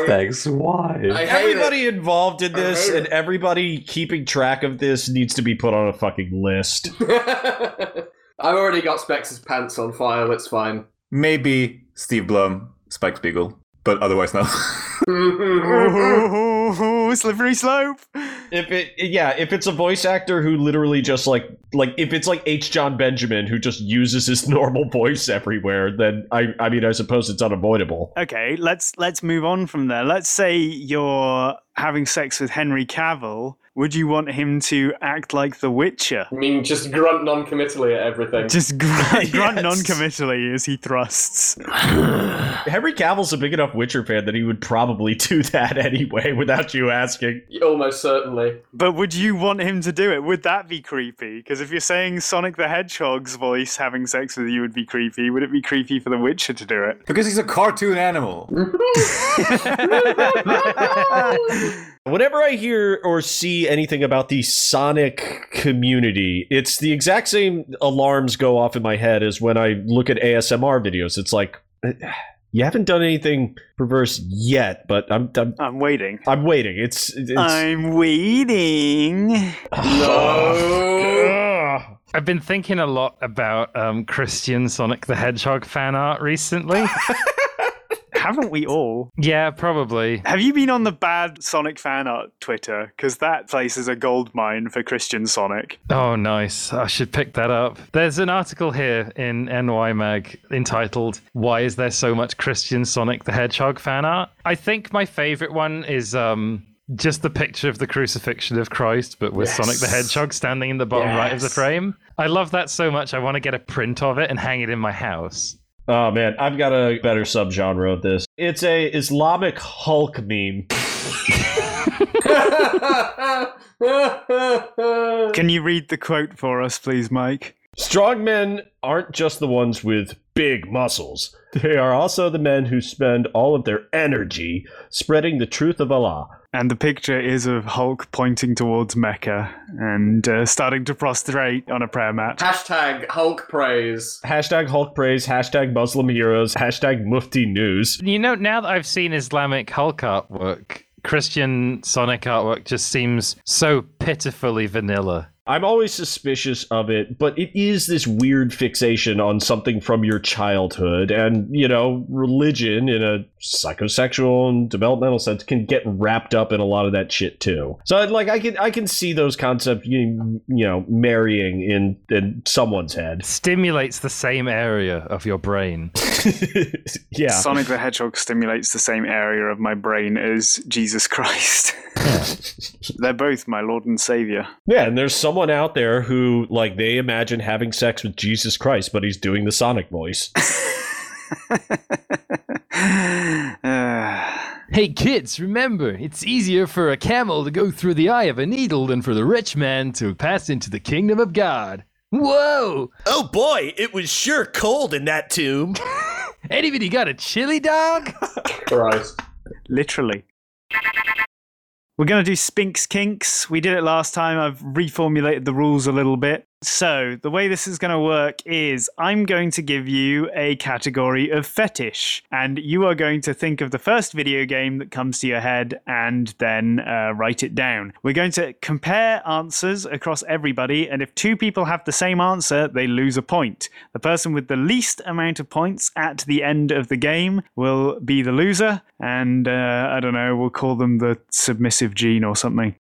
[SPEAKER 5] Specs, why?
[SPEAKER 6] I hate it.
[SPEAKER 7] Everybody involved in
[SPEAKER 6] I hate
[SPEAKER 7] this
[SPEAKER 6] it.
[SPEAKER 7] and everybody keeping track of this needs to be put on a fucking list.
[SPEAKER 6] I've already got Specs' pants on file. It's fine.
[SPEAKER 3] Maybe Steve Blum, Spike Spiegel, but otherwise no.
[SPEAKER 2] Ooh, slippery slope.
[SPEAKER 7] If it yeah, if it's a voice actor who literally just like like if it's like H. John Benjamin who just uses his normal voice everywhere, then I I mean I suppose it's unavoidable.
[SPEAKER 2] Okay, let's let's move on from there. Let's say you're having sex with Henry Cavill. Would you want him to act like The Witcher?
[SPEAKER 6] I mean, just grunt non-committally at everything.
[SPEAKER 2] Just grunt, grunt
[SPEAKER 7] Yes.
[SPEAKER 2] non-committally as he thrusts.
[SPEAKER 7] Henry Cavill's a big enough Witcher fan that he would probably do that anyway without you asking.
[SPEAKER 6] Almost certainly.
[SPEAKER 2] But would you want him to do it? Would that be creepy? Because if you're saying Sonic the Hedgehog's voice having sex with you would be creepy, would it be creepy for The Witcher to do it?
[SPEAKER 3] because he's a cartoon animal.
[SPEAKER 7] Whenever I hear or see anything about the Sonic community, it's the exact same alarms go off in my head as when I look at ASMR videos. It's like eh, you haven't done anything perverse yet, but I'm I'm,
[SPEAKER 2] I'm waiting.
[SPEAKER 7] I'm waiting. It's it's
[SPEAKER 2] I'm waiting.
[SPEAKER 6] No.
[SPEAKER 7] Ugh.
[SPEAKER 4] I've been thinking a lot about um, Christian Sonic the Hedgehog fan art recently.
[SPEAKER 2] Haven't we all?
[SPEAKER 4] yeah, probably.
[SPEAKER 2] Have you been on the bad Sonic fan art Twitter? Because that place is a gold mine for Christian Sonic.
[SPEAKER 4] Oh, nice. I should pick that up. There's an article here in NY Mag entitled, Why Is There So Much Christian Sonic the Hedgehog Fan Art? I think my favorite one is um, just the picture of the crucifixion of Christ, but with Sonic the Hedgehog standing in the bottom right of the frame. I love that so much. I want to get a print of it and hang it in my house.
[SPEAKER 7] Oh man, I've got a better subgenre of this. It's a Islamic Hulk meme.
[SPEAKER 2] Can you read the quote for us, please, Mike?
[SPEAKER 7] Strong men aren't just the ones with big muscles. They are also the men who spend all of their energy spreading the truth of Allah.
[SPEAKER 2] And the picture is of Hulk pointing towards Mecca and uh, starting to prostrate on a prayer mat.
[SPEAKER 6] Hashtag Hulk praise.
[SPEAKER 7] Hashtag Hulk praise, hashtag Muslim heroes, hashtag Mufti news.
[SPEAKER 4] You know, now that I've seen Islamic Hulk artwork, Christian Sonic artwork just seems so pitifully vanilla.
[SPEAKER 7] I'm always suspicious of it, but it is this weird fixation on something from your childhood. And, you know, religion in a psychosexual and developmental sense can get wrapped up in a lot of that shit too. So like I can I can see those concepts you, you know marrying in in someone's head.
[SPEAKER 4] stimulates the same area of your brain.
[SPEAKER 7] yeah.
[SPEAKER 2] Sonic the Hedgehog stimulates the same area of my brain as Jesus Christ. They're both my Lord and Savior.
[SPEAKER 7] Yeah, and there's someone out there who like they imagine having sex with Jesus Christ, but he's doing the Sonic voice.
[SPEAKER 2] Uh,
[SPEAKER 8] Hey kids, remember, it's easier for a camel to go through the eye of a needle than for the rich man to pass into the kingdom of God. Whoa!
[SPEAKER 9] Oh boy, it was sure cold in that tomb.
[SPEAKER 8] Anybody got a chili dog?
[SPEAKER 6] Christ.
[SPEAKER 2] literally. We're going to do Spinks Kinks. We did it last time. I've reformulated the rules a little bit. So, the way this is going to work is I'm going to give you a category of fetish, and you are going to think of the first video game that comes to your head and then uh, write it down. We're going to compare answers across everybody, and if two people have the same answer, they lose a point. The person with the least amount of points at the end of the game will be the loser, and uh, I don't know, we'll call them the submissive gene or something.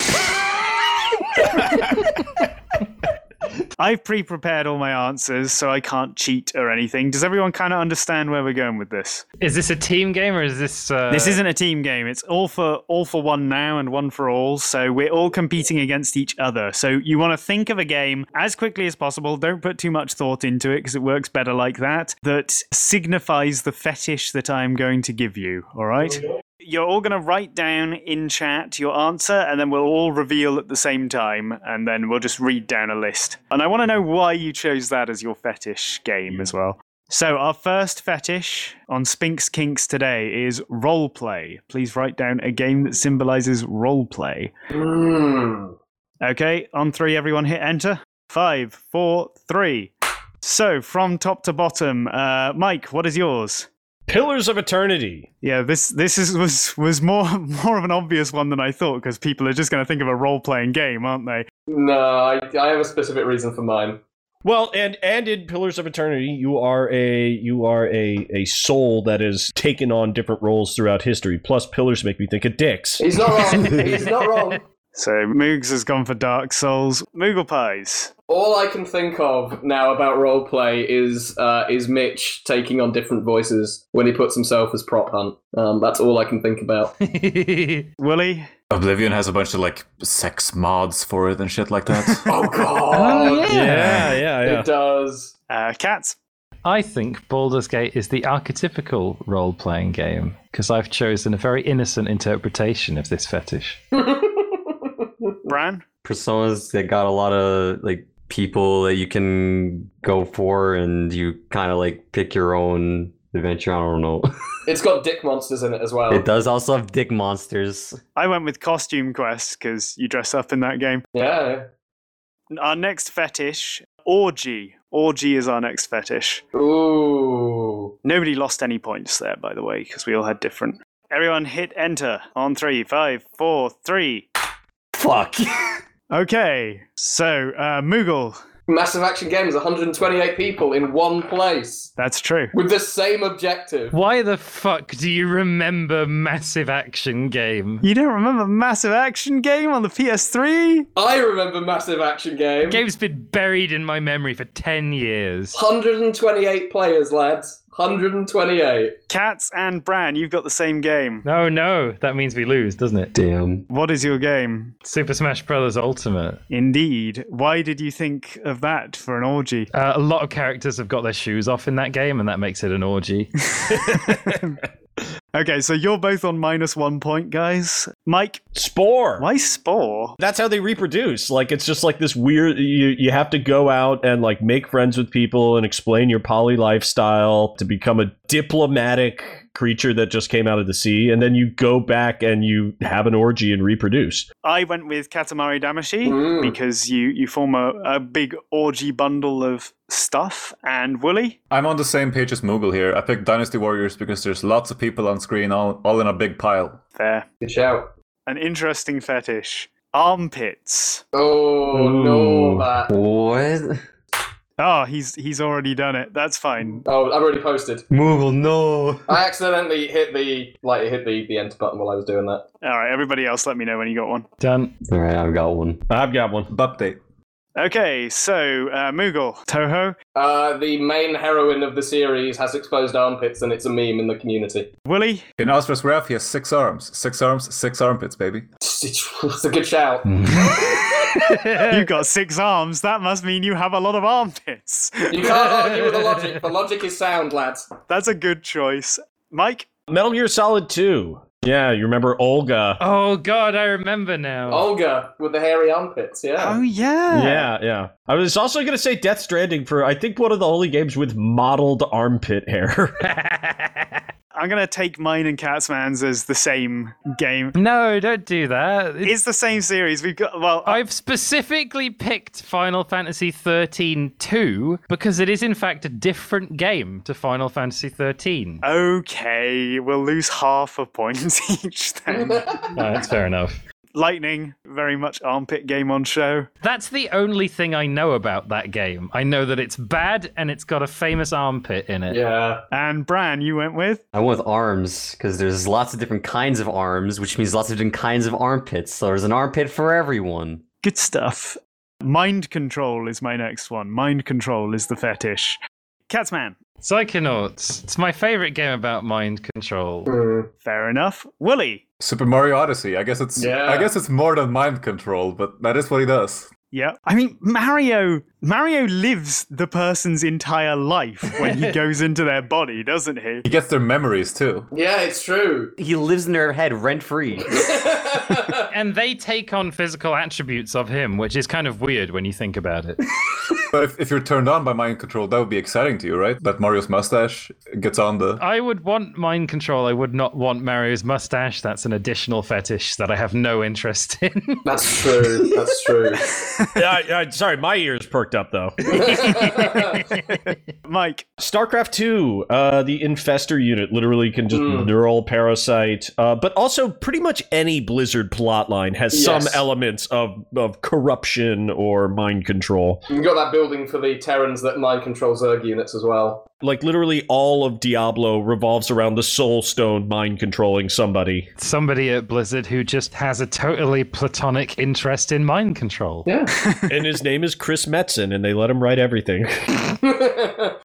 [SPEAKER 2] I've pre prepared all my answers, so I can't cheat or anything. Does everyone kind of understand where we're going with this?
[SPEAKER 4] Is this a team game or is this? Uh,
[SPEAKER 2] This isn't a team game. It's all for all for one now and one for all. So we're all competing against each other. So you want to think of a game as quickly as possible. Don't put too much thought into it because it works better like that. That signifies the fetish that I am going to give you. All right. You're all going to write down in chat your answer, and then we'll all reveal at the same time, and then we'll just read down a list. And I want to know why you chose that as your fetish game as well. So, our first fetish on Spinks Kinks today is role play. Please write down a game that symbolizes role play.
[SPEAKER 6] Mm.
[SPEAKER 2] Okay, on three, everyone hit enter. Five, four, three. So, from top to bottom, uh, Mike, what is yours?
[SPEAKER 7] Pillars of Eternity.
[SPEAKER 2] Yeah, this this is was was more more of an obvious one than I thought because people are just going to think of a role playing game, aren't they?
[SPEAKER 6] No, I, I have a specific reason for mine.
[SPEAKER 7] Well, and and in Pillars of Eternity, you are a you are a a soul that is taken on different roles throughout history. Plus, pillars make me think of dicks.
[SPEAKER 6] He's not wrong. He's not wrong.
[SPEAKER 2] So Moogs has gone for Dark Souls. Moogle Pies.
[SPEAKER 6] All I can think of now about roleplay is uh, is Mitch taking on different voices when he puts himself as prop hunt. Um, that's all I can think about.
[SPEAKER 2] Willie.
[SPEAKER 3] Oblivion has a bunch of like sex mods for it and shit like that.
[SPEAKER 6] oh god,
[SPEAKER 7] Yeah, yeah, yeah.
[SPEAKER 6] it does.
[SPEAKER 2] Uh, cats.
[SPEAKER 4] I think Baldur's Gate is the archetypical role playing game because I've chosen a very innocent interpretation of this fetish.
[SPEAKER 2] Bran.
[SPEAKER 5] personas that got a lot of like people that you can go for and you kind of like pick your own adventure i don't know
[SPEAKER 6] It's got dick monsters in it as well.
[SPEAKER 5] it does also have dick monsters
[SPEAKER 2] I went with Costume Quest because you dress up in that game.
[SPEAKER 6] Yeah.
[SPEAKER 2] Our next fetish, orgy. Orgy is our next fetish.
[SPEAKER 6] Ooh.
[SPEAKER 2] Nobody lost any points there, by the way, because we all had different. Everyone hit enter on three, five, four, three.
[SPEAKER 5] fuck
[SPEAKER 2] Okay, so uh, Moogle.
[SPEAKER 6] Massive Action Games, 128 people in one place
[SPEAKER 2] That's true.
[SPEAKER 6] with the same objective.
[SPEAKER 4] Why the fuck do you remember Massive Action Game?
[SPEAKER 2] You don't remember Massive Action Game on the PS3?
[SPEAKER 6] I remember Massive Action Game.
[SPEAKER 4] Game's been buried in my memory for 10 years.
[SPEAKER 6] 128 players, lads. 128.
[SPEAKER 2] Cats and Bran, you've got the same game.
[SPEAKER 4] No, no, that means we lose, doesn't it?
[SPEAKER 5] damn
[SPEAKER 2] What is your game?
[SPEAKER 4] Super Smash Bros. Ultimate.
[SPEAKER 2] Indeed. Why did you think of that for an orgy?
[SPEAKER 4] Uh, a lot of characters have got their shoes off in that game, and that makes it an orgy.
[SPEAKER 2] Okay, so you're both on minus one point, guys. Mike,
[SPEAKER 7] Spore.
[SPEAKER 2] why Spore?
[SPEAKER 7] That's how they reproduce. Like it's just like this weird. You you have to go out and like make friends with people and explain your poly lifestyle to become a diplomatic creature that just came out of the sea, and then you go back and you have an orgy and reproduce.
[SPEAKER 2] I went with Katamari Damashi
[SPEAKER 6] Mm.
[SPEAKER 2] because you, you form a, a big orgy bundle of stuff. And Wooly,
[SPEAKER 3] I'm on the same page as Moogle here. I picked Dynasty Warriors because there's lots of people on screen, all, all in a big pile.
[SPEAKER 2] there.
[SPEAKER 6] Good shout.
[SPEAKER 2] An interesting fetish. Armpits.
[SPEAKER 6] Oh no, that.
[SPEAKER 5] what
[SPEAKER 2] Oh, he's he's already done it. That's fine.
[SPEAKER 6] Oh, I've already posted.
[SPEAKER 5] Moogle, no
[SPEAKER 6] I accidentally hit the like hit the the enter button while I was doing that.
[SPEAKER 2] All right, everybody else, let me know when you got one.
[SPEAKER 4] Done.
[SPEAKER 5] all right i've got one
[SPEAKER 7] I've got one.
[SPEAKER 3] Update.
[SPEAKER 2] Okay, so uh, Moogle, Toho,
[SPEAKER 6] Uh, the main heroine of the series has exposed armpits, and it's a meme in the community.
[SPEAKER 2] Willy,
[SPEAKER 3] In Ostrus Wrath, he has six arms. Six arms, six armpits, baby.
[SPEAKER 6] It's a good shout.
[SPEAKER 2] you've got six arms. That must mean you have a lot of armpits.
[SPEAKER 6] You can't argue with the logic. The logic is sound, lads.
[SPEAKER 2] That's a good choice. Mike,
[SPEAKER 7] Metal Gear Solid 2. Yeah, you remember Olga.
[SPEAKER 4] Oh, God, I remember now.
[SPEAKER 6] Olga with the hairy armpits. Oh, Yeah.
[SPEAKER 2] yeah.
[SPEAKER 7] Yeah, yeah. I was also going to say Death Stranding for, I think, one of the only games with mottled armpit hair.
[SPEAKER 2] I'm gonna take mine and Catsman's as the same game.
[SPEAKER 4] No, don't do that. It's-
[SPEAKER 2] It's the same series. We've got well, I,
[SPEAKER 4] I've specifically picked Final Fantasy 13 2 because it is, in fact, a different game to Final Fantasy 13.
[SPEAKER 2] okay, we'll lose half a point each then.
[SPEAKER 4] that's fair enough.
[SPEAKER 2] Lightning, very much armpit game on show.
[SPEAKER 4] That's the only thing I know about that game. I know that it's bad and it's got a famous armpit in it.
[SPEAKER 6] Yeah.
[SPEAKER 2] And Bran, you went with
[SPEAKER 5] i went with arms because there's lots of different kinds of arms which means lots of different kinds of armpits so there's an armpit for everyone
[SPEAKER 2] good stuff. Mind control is my next one. Mind control is the fetish. Catsman,
[SPEAKER 4] Psychonauts. It's my favorite game about mind control.
[SPEAKER 6] Mm.
[SPEAKER 2] fair enough. Willy,
[SPEAKER 3] Super Mario Odyssey. I guess it's
[SPEAKER 6] Yeah.
[SPEAKER 3] I guess it's more than mind control, but that is what he does.
[SPEAKER 2] yeah. I mean Mario Mario lives the person's entire life when he goes into their body, doesn't he?
[SPEAKER 3] He gets their memories too.
[SPEAKER 6] Yeah, it's true.
[SPEAKER 5] He lives in their head rent free.
[SPEAKER 4] And they take on physical attributes of him, which is kind of weird when you think about it.
[SPEAKER 3] But if, if you're turned on by mind control, that would be exciting to you, right? That Mario's mustache gets on the.
[SPEAKER 4] I would want mind control. I would not want Mario's mustache. That's an additional fetish that I have no interest in.
[SPEAKER 6] That's true. That's true.
[SPEAKER 7] I, I, sorry, my ears perked up though.
[SPEAKER 2] Mike,
[SPEAKER 7] StarCraft 2, uh, the infester unit literally can just neural parasite, uh, but also pretty much any Blizzard plotline has some
[SPEAKER 6] Yes.
[SPEAKER 7] elements of, of corruption or mind control.
[SPEAKER 6] You got that building for the Terrans that mind control Zerg units as well.
[SPEAKER 7] Like literally all of Diablo revolves around the Soul Stone mind controlling somebody.
[SPEAKER 4] Somebody at Blizzard who just has a totally platonic interest in mind control.
[SPEAKER 6] Yeah.
[SPEAKER 7] and his name is Chris Metzen, and they let him write everything.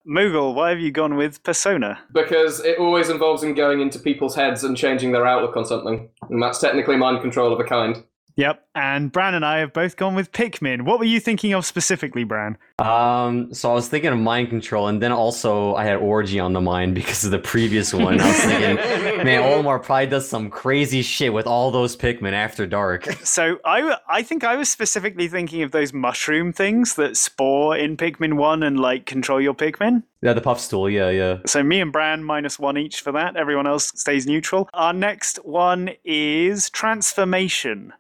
[SPEAKER 2] Moogle, why have you gone with Persona?
[SPEAKER 6] because it always involves in going into people's heads and changing their outlook on something. And that's technically mind control of a kind.
[SPEAKER 2] Yep. And Bran and I have both gone with Pikmin. What were you thinking of specifically, Bran?
[SPEAKER 5] Um, so I was thinking of mind control, and then also I had orgy on the mind because of the previous one. I was thinking, man, Olimar probably does some crazy shit with all those Pikmin after dark.
[SPEAKER 2] So I, w- I think I was specifically thinking of those mushroom things that spore in Pikmin 1 and like control your Pikmin.
[SPEAKER 5] Yeah, the puff stool. Yeah, yeah.
[SPEAKER 2] So me and Bran minus one each for that. Everyone else stays neutral. Our next one is transformation.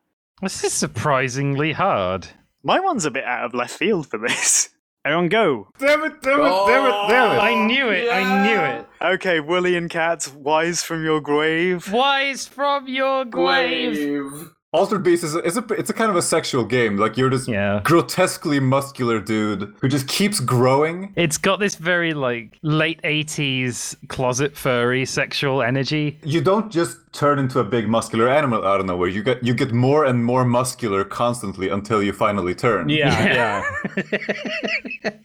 [SPEAKER 4] This is surprisingly hard.
[SPEAKER 2] My one's a bit out of left field for this. Everyone go.
[SPEAKER 3] Damn it, damn it, damn it,
[SPEAKER 4] I
[SPEAKER 6] Oh.
[SPEAKER 3] damn
[SPEAKER 4] knew it. I knew it.
[SPEAKER 2] Okay, Woolly and Cats, wise from your grave.
[SPEAKER 4] Wise from your grave.
[SPEAKER 6] Wave.
[SPEAKER 3] Altered Beast is a, is a, it's a kind of a sexual game. Like you're this
[SPEAKER 4] Yeah.
[SPEAKER 3] grotesquely muscular dude who just keeps growing.
[SPEAKER 4] It's got this very like late 80s closet furry sexual energy.
[SPEAKER 3] You don't just turn into a big muscular animal out of nowhere. You get you get more and more muscular constantly until you finally turn.
[SPEAKER 7] yeah.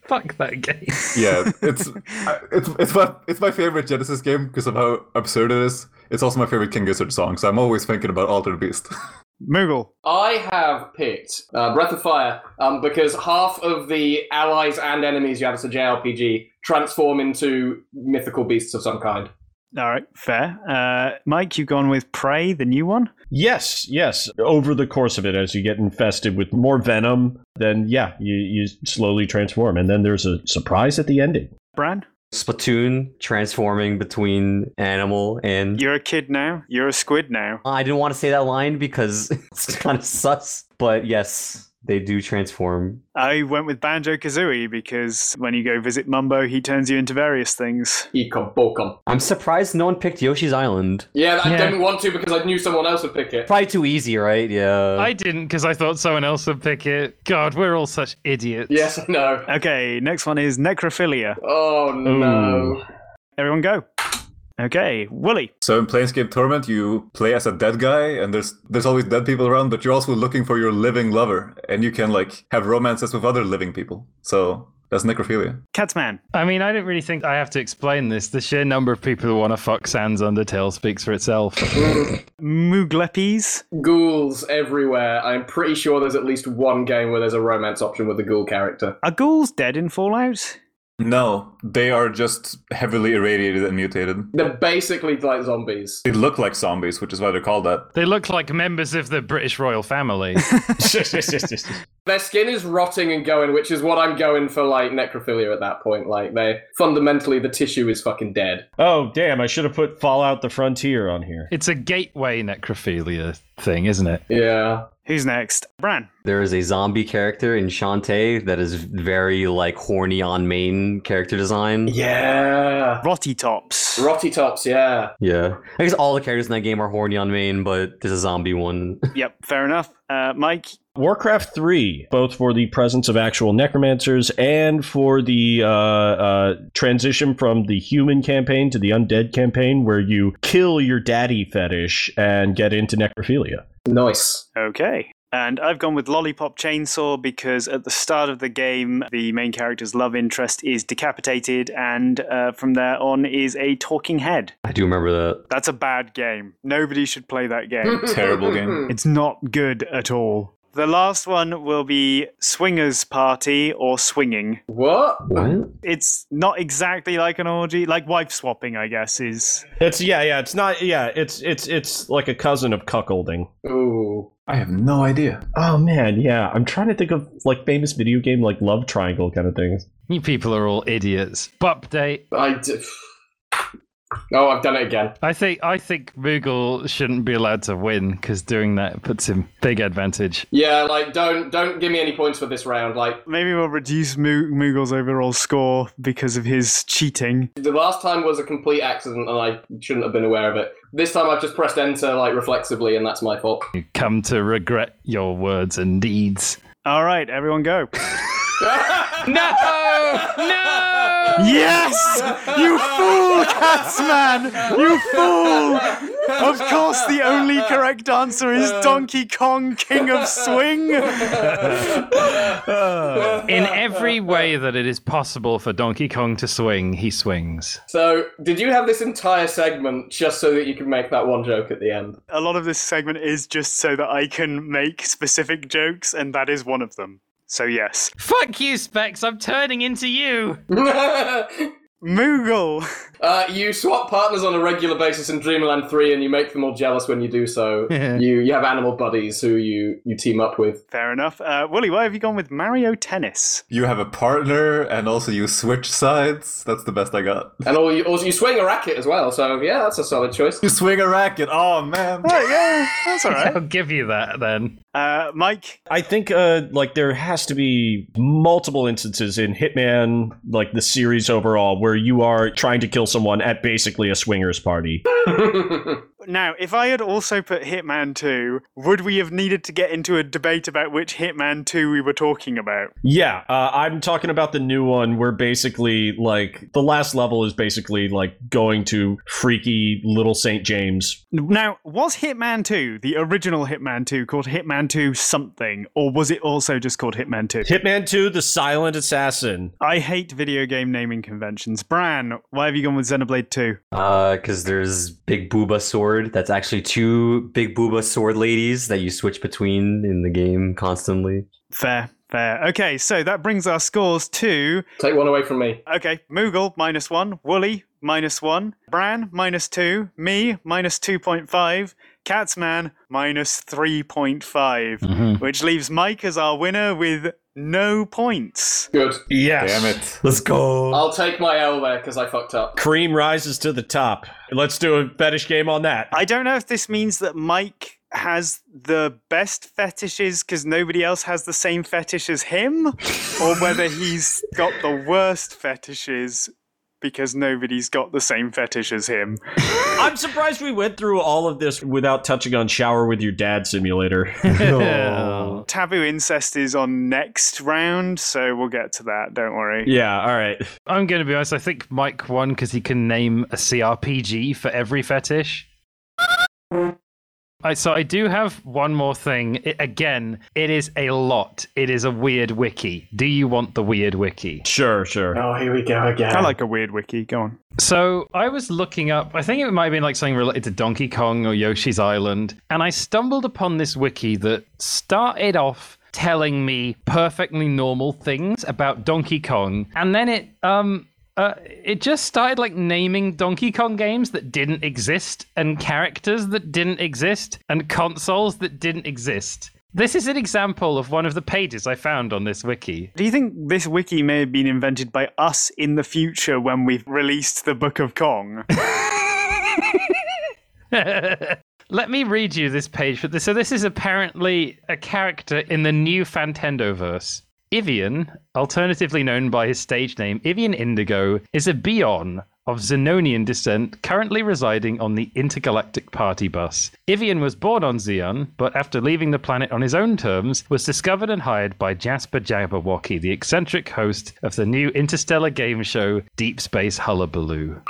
[SPEAKER 4] Fuck that game.
[SPEAKER 3] yeah, it's I- it's it's my it's my favorite Genesis game because of how absurd it is. It's also my favorite King Gizzard song, so I'm always thinking about Altered Beast.
[SPEAKER 2] Moogle.
[SPEAKER 6] I have picked uh, Breath of Fire um, because half of the allies and enemies you have as a JRPG transform into mythical beasts of some kind.
[SPEAKER 2] All right, fair. Uh, Mike, you've gone with Prey, the new one.
[SPEAKER 7] Yes, yes. Over the course of it, as you get infested with more venom, then yeah, you, you slowly transform. And then there's a surprise at the ending.
[SPEAKER 2] Bran,
[SPEAKER 5] Splatoon transforming between animal and.
[SPEAKER 2] you're a kid now. You're a squid now.
[SPEAKER 5] I didn't want to say that line because it's kind of sus, but yes, they do transform.
[SPEAKER 2] I went with Banjo Kazooie because when you go visit Mumbo, he turns you into various things.
[SPEAKER 6] Ecobocum.
[SPEAKER 5] I'm surprised no one picked Yoshi's Island.
[SPEAKER 6] Yeah, I
[SPEAKER 4] Yeah.
[SPEAKER 6] didn't want to because I knew someone else would pick it.
[SPEAKER 5] Probably too easy, right? Yeah.
[SPEAKER 4] I didn't because I thought someone else would pick it. God, we're all such idiots.
[SPEAKER 6] Yes, I know.
[SPEAKER 2] Okay, next one is Necrophilia.
[SPEAKER 6] Oh no.
[SPEAKER 2] Everyone go. Okay, Wooly.
[SPEAKER 3] so in Planescape Torment, you play as a dead guy, and there's there's always dead people around, but you're also looking for your living lover, and you can like have romances with other living people. So that's necrophilia.
[SPEAKER 2] Catsman.
[SPEAKER 4] I mean, I don't really think I have to explain this. The sheer number of people who want to fuck Sans Undertale speaks for itself.
[SPEAKER 2] Moogleppies.
[SPEAKER 6] Ghouls everywhere. I'm pretty sure there's at least one game where there's a romance option with the ghoul character.
[SPEAKER 2] Are ghouls dead in Fallout?
[SPEAKER 3] No, they are just heavily irradiated and mutated.
[SPEAKER 6] They're basically like zombies.
[SPEAKER 3] They look like zombies, which is why they're called that.
[SPEAKER 4] they look like members of the British royal family.
[SPEAKER 6] Their skin is rotting and going, which is what I'm going for like necrophilia at that point. Like they fundamentally the tissue is fucking dead.
[SPEAKER 7] Oh, damn. I should have put Fallout the Frontier on here.
[SPEAKER 4] it's a gateway necrophilia thing, isn't it?
[SPEAKER 6] Yeah.
[SPEAKER 2] Who's next? Bran.
[SPEAKER 5] There is a zombie character in Shantae that is very like horny on main character design.
[SPEAKER 6] Yeah.
[SPEAKER 2] Rotty Tops.
[SPEAKER 6] Rotty tops, yeah.
[SPEAKER 5] Yeah. I guess all the characters in that game are horny on main, but there's a zombie one.
[SPEAKER 2] yep, fair enough. Uh, Mike.
[SPEAKER 7] Warcraft 3, both for the presence of actual necromancers and for the uh, uh, transition from the human campaign to the undead campaign, where you kill your daddy fetish and get into necrophilia.
[SPEAKER 6] Nice.
[SPEAKER 2] Okay. And I've gone with Lollipop Chainsaw because at the start of the game, the main character's love interest is decapitated, and uh, from there on is a talking head.
[SPEAKER 5] I do remember that.
[SPEAKER 6] Mm.
[SPEAKER 2] That's a bad game. Nobody should play that game.
[SPEAKER 3] Terrible game.
[SPEAKER 2] it's not good at all. The last one will be swingers party or swinging.
[SPEAKER 6] What?
[SPEAKER 5] What?
[SPEAKER 2] It's not exactly like an orgy, like wife swapping, I guess is.
[SPEAKER 7] It's yeah, yeah. It's not yeah. It's it's it's like a cousin of cuckolding.
[SPEAKER 6] Ooh.
[SPEAKER 3] I have no idea.
[SPEAKER 7] Oh man, yeah. I'm trying to think of like famous video game like love triangle kind of things.
[SPEAKER 4] You people are all idiots. Bup date.
[SPEAKER 6] I d- Oh, I've done it again.
[SPEAKER 4] I think I think Moogle shouldn't be allowed to win because doing that puts him big advantage.
[SPEAKER 6] Yeah, like don't don't give me any points for this round. Like
[SPEAKER 2] Maybe we'll reduce Mo- Moogle's overall score because of his cheating.
[SPEAKER 6] the last time was a complete accident, and I shouldn't have been aware of it. This time I've just pressed enter like reflexively, and that's my fault.
[SPEAKER 4] You come to regret your words and deeds.
[SPEAKER 2] All right, everyone go.
[SPEAKER 6] no! No!
[SPEAKER 2] Yes! You fool, Catsman! You fool! Of course, the only correct answer is
[SPEAKER 6] Uh.
[SPEAKER 2] Donkey Kong, King of Swing.
[SPEAKER 4] In
[SPEAKER 6] Uh,
[SPEAKER 4] every way that it is possible for Donkey Kong to swing, he swings.
[SPEAKER 6] So, did you have this entire segment just so that you can make that one joke at the end?
[SPEAKER 2] A lot of this segment is just so that I can make specific jokes, and that is one of them. So, yes.
[SPEAKER 4] Fuck you, Specs. I'm turning into you.
[SPEAKER 6] uh,
[SPEAKER 2] Moogle!
[SPEAKER 6] you swap partners on a regular basis in Dreamland 3 and you make them all jealous when you do so. you you have animal buddies who you, you team up with.
[SPEAKER 2] Fair enough. Uh, Wooly, why have you gone with Mario Tennis?
[SPEAKER 3] You have a partner, and also you switch sides. That's the best I got.
[SPEAKER 6] And all you, also you swing a racket as well, so yeah, that's a solid choice.
[SPEAKER 3] You swing a racket. Oh man.
[SPEAKER 2] Oh, yeah, that's all right.
[SPEAKER 4] I'll give you that then.
[SPEAKER 2] Uh, Mike,
[SPEAKER 7] I think uh like there has to be multiple instances in Hitman, like the series overall, where you are trying to kill someone at basically a swingers party.
[SPEAKER 2] now, if I had also put Hitman 2, would we have needed to get into a debate about which Hitman 2 we were talking about?
[SPEAKER 7] Yeah, uh, I'm talking about the new one where basically, like, the last level is basically like going to freaky little St. James.
[SPEAKER 2] Now, was Hitman 2, the original Hitman 2, called Hitman 2 something, or was it also just called Hitman 2?
[SPEAKER 7] Hitman 2, The Silent Assassin.
[SPEAKER 2] I hate video game naming conventions. Bran, why have you gone with Xenoblade 2?
[SPEAKER 5] Uh, because there's Big Booba Sword. That's actually two Big Booba Sword ladies that you switch between in the game constantly.
[SPEAKER 2] Fair, fair. Okay, so that brings our scores to.
[SPEAKER 6] Take one away from me.
[SPEAKER 2] Okay, Moogle, minus one. Wooly, minus one. Bran, minus two. Me, minus 2.5. Catsman, minus 3.5. Which leaves Mike as our winner with no points.
[SPEAKER 6] Good.
[SPEAKER 7] Yes.
[SPEAKER 3] Damn it.
[SPEAKER 5] Let's go.
[SPEAKER 6] I'll take my L there because I fucked up.
[SPEAKER 7] Cream rises to the top. Let's do a fetish game on that.
[SPEAKER 2] I don't know if this means that Mike has the best fetishes because nobody else has the same fetish as him, or whether he's got the worst fetishes because nobody's got the same fetish as him.
[SPEAKER 7] I'm surprised we went through all of this without touching on shower with your dad simulator.
[SPEAKER 2] Taboo incest is on next round, so we'll get to that. Don't worry.
[SPEAKER 7] yeah, all right.
[SPEAKER 4] I'm going to be honest. I think Mike won because he can name a CRPG for every fetish. I, so I do have one more thing. I- again, it is a lot. It is a weird wiki. Do you want the weird wiki?
[SPEAKER 7] Sure, sure.
[SPEAKER 6] Oh, here we go again.
[SPEAKER 2] I like a weird wiki. Go on.
[SPEAKER 4] So I was looking up, I think it might have been like something related to Donkey Kong or Yoshi's Island, and I stumbled upon this wiki that started off telling me perfectly normal things about Donkey Kong, and then it um uh, it just started like naming Donkey Kong games that didn't exist, and characters that didn't exist, and consoles that didn't exist. This is an example of one of the pages I found on this wiki.
[SPEAKER 2] Do you think this wiki may have been invented by us in the future when we've released the Book of Kong?
[SPEAKER 4] Let me read you this page. For this. So this is apparently a character in the new Fantendoverse. Ivian, alternatively known by his stage name Ivian Indigo, is a Bion of Xenonian descent currently residing on the intergalactic party bus. Ivian was born on Xeon, but after leaving the planet on his own terms, was discovered and hired by Jasper Jabberwocky, the eccentric host of the new interstellar game show Deep Space Hullabaloo.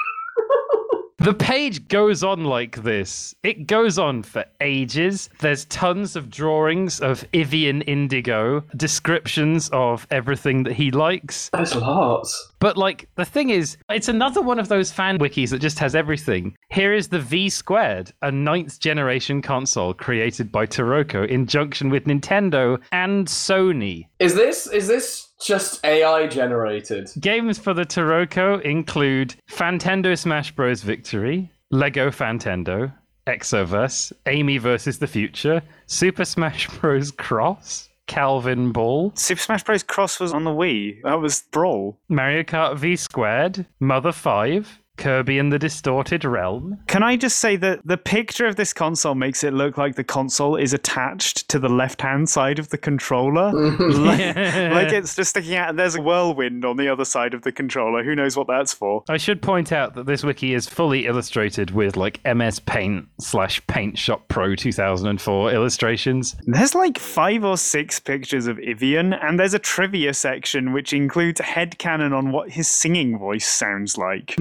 [SPEAKER 8] The page goes on like this. It goes on for ages. There's tons of drawings of Ivian Indigo, descriptions of everything that he likes.
[SPEAKER 6] There's lots.
[SPEAKER 8] But like the thing is, it's another one of those fan wikis that just has everything. Here is the V squared, a ninth generation console created by Taroko in junction with Nintendo and Sony.
[SPEAKER 6] Is this is this just AI generated?
[SPEAKER 8] Games for the Taroko include Fantendo Smash Bros. Victory, Lego Fantendo, Exoverse, Amy versus the Future, Super Smash Bros. Cross, Calvin Ball,
[SPEAKER 2] Super Smash Bros. Cross was on the Wii. That was Brawl.
[SPEAKER 8] Mario Kart V squared, Mother 5, Kirby and the Distorted Realm.
[SPEAKER 2] Can I just say that the picture of this console makes it look like the console is attached to the left hand side of the controller? like, like it's just sticking out. There's a whirlwind on the other side of the controller. Who knows what that's for?
[SPEAKER 8] I should point out that this wiki is fully illustrated with like MS Paint slash Paint Shop Pro 2004 illustrations.
[SPEAKER 2] There's like five or six pictures of Ivian, and there's a trivia section which includes headcanon on what his singing voice sounds like.